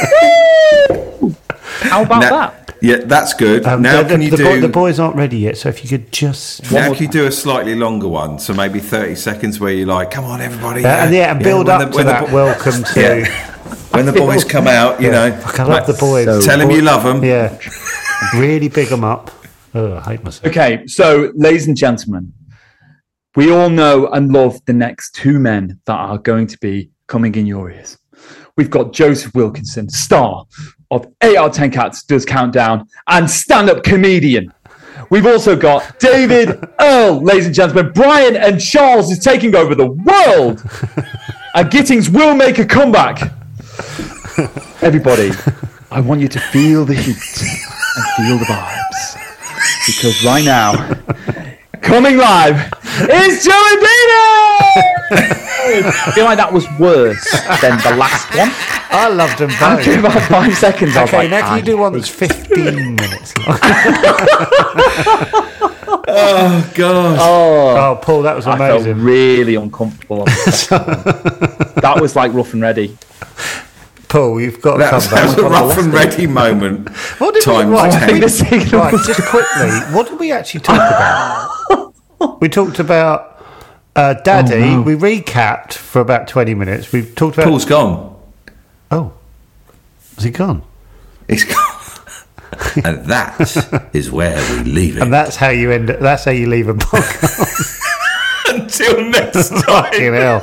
S5: Shadowman! How about
S4: Now-
S5: that?
S4: Yeah, that's good.
S3: Um,
S4: now
S3: the,
S4: can
S3: the,
S4: you
S3: the
S4: do?
S3: boy- the boys aren't ready yet, so if you could just uh,
S4: now can you do a slightly longer one? So maybe thirty seconds where you're like, "Come on, everybody!"
S3: Uh, and yeah, and build
S4: when
S3: up
S4: the-
S3: to
S4: when the
S3: that.
S4: bo-
S3: Welcome to.
S4: Yeah. when the boys come out, you know.
S3: Fuck, I love the boys.
S4: Tell them you love them.
S3: Yeah, really big them up. Oh, I hate myself.
S5: Okay, so, ladies and gentlemen, we all know and love the next two men that are going to be coming in your ears. We've got Joseph Wilkinson, star of AR 10 Cats Does Countdown and stand up comedian. We've also got David Earl, ladies and gentlemen. Brian and Charles is taking over the world. and Gittings will make a comeback. Everybody, I want you to feel the heat and feel the vibes. Because right now, coming live is Joey Dino! I feel like that was worse than the last one.
S3: I loved them
S5: After
S3: both.
S5: about five seconds, I was
S3: Okay,
S5: like,
S3: now can you
S5: "Ah,
S3: do one that's 15 minutes long?
S4: Oh God.
S3: Oh, Paul, that was
S5: I felt
S3: amazing.
S5: really uncomfortable. On the second one. that was like rough and ready.
S3: Paul, you've got to
S4: That was,
S3: come back.
S4: that was a rough and ready moment.
S3: What did
S4: Time
S3: we, right,
S4: was
S3: did
S4: ten.
S3: we-
S5: The signal
S3: right, just quickly, what did we actually talk about? we talked about uh, Daddy. We recapped for about twenty minutes. We talked about.
S4: Oh, Paul's gone.
S3: Oh, is he gone?
S4: He's gone. and that is where we leave it.
S3: And that's how you end. That's how you leave a podcast.
S4: Until next time.
S3: you know.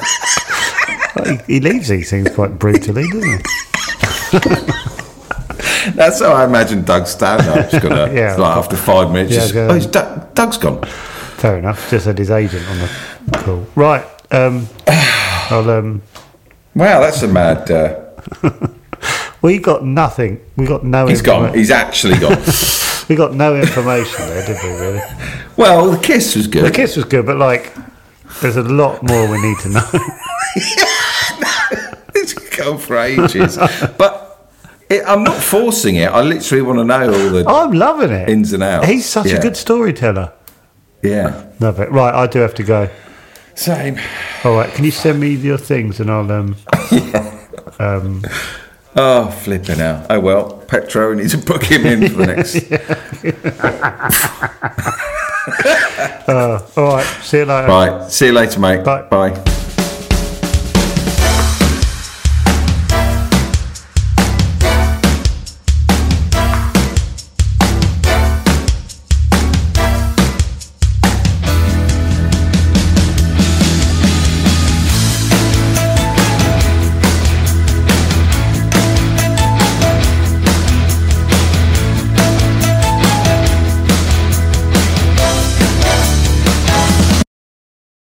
S3: He, he leaves these things quite brutally, doesn't he?
S4: That's how I imagine Doug Stanhope's gonna.
S3: Yeah.
S4: Like after five minutes,
S3: Yeah,
S4: just,
S3: go
S4: oh,
S3: on.
S4: it's Doug, Doug's gone.
S3: Fair enough. Just had his agent on the call. Right. Um, I'll, um,
S4: Wow, that's a mad. Uh,
S3: we got nothing. We got no.
S4: he's gone.
S3: informa-
S4: He's actually gone.
S3: We got no information there, did we? Really.
S4: well, the kiss was good.
S3: The kiss was good, but like, there's a lot more we need to know.
S4: It's gone for ages, but it, I'm not forcing it. I literally want to know all the.
S3: Oh, I'm loving it.
S4: Ins and outs,
S3: He's such a
S4: yeah.
S3: good storyteller.
S4: Yeah.
S3: Love it. Right, I do have to go.
S4: Same.
S3: All right, can you send me your things and I'll um.
S4: Oh, flipping out. Oh, well, Petro needs to book him in for the next.
S3: All right, see you later.
S4: Right. See you later, mate.
S3: Bye.
S4: Bye.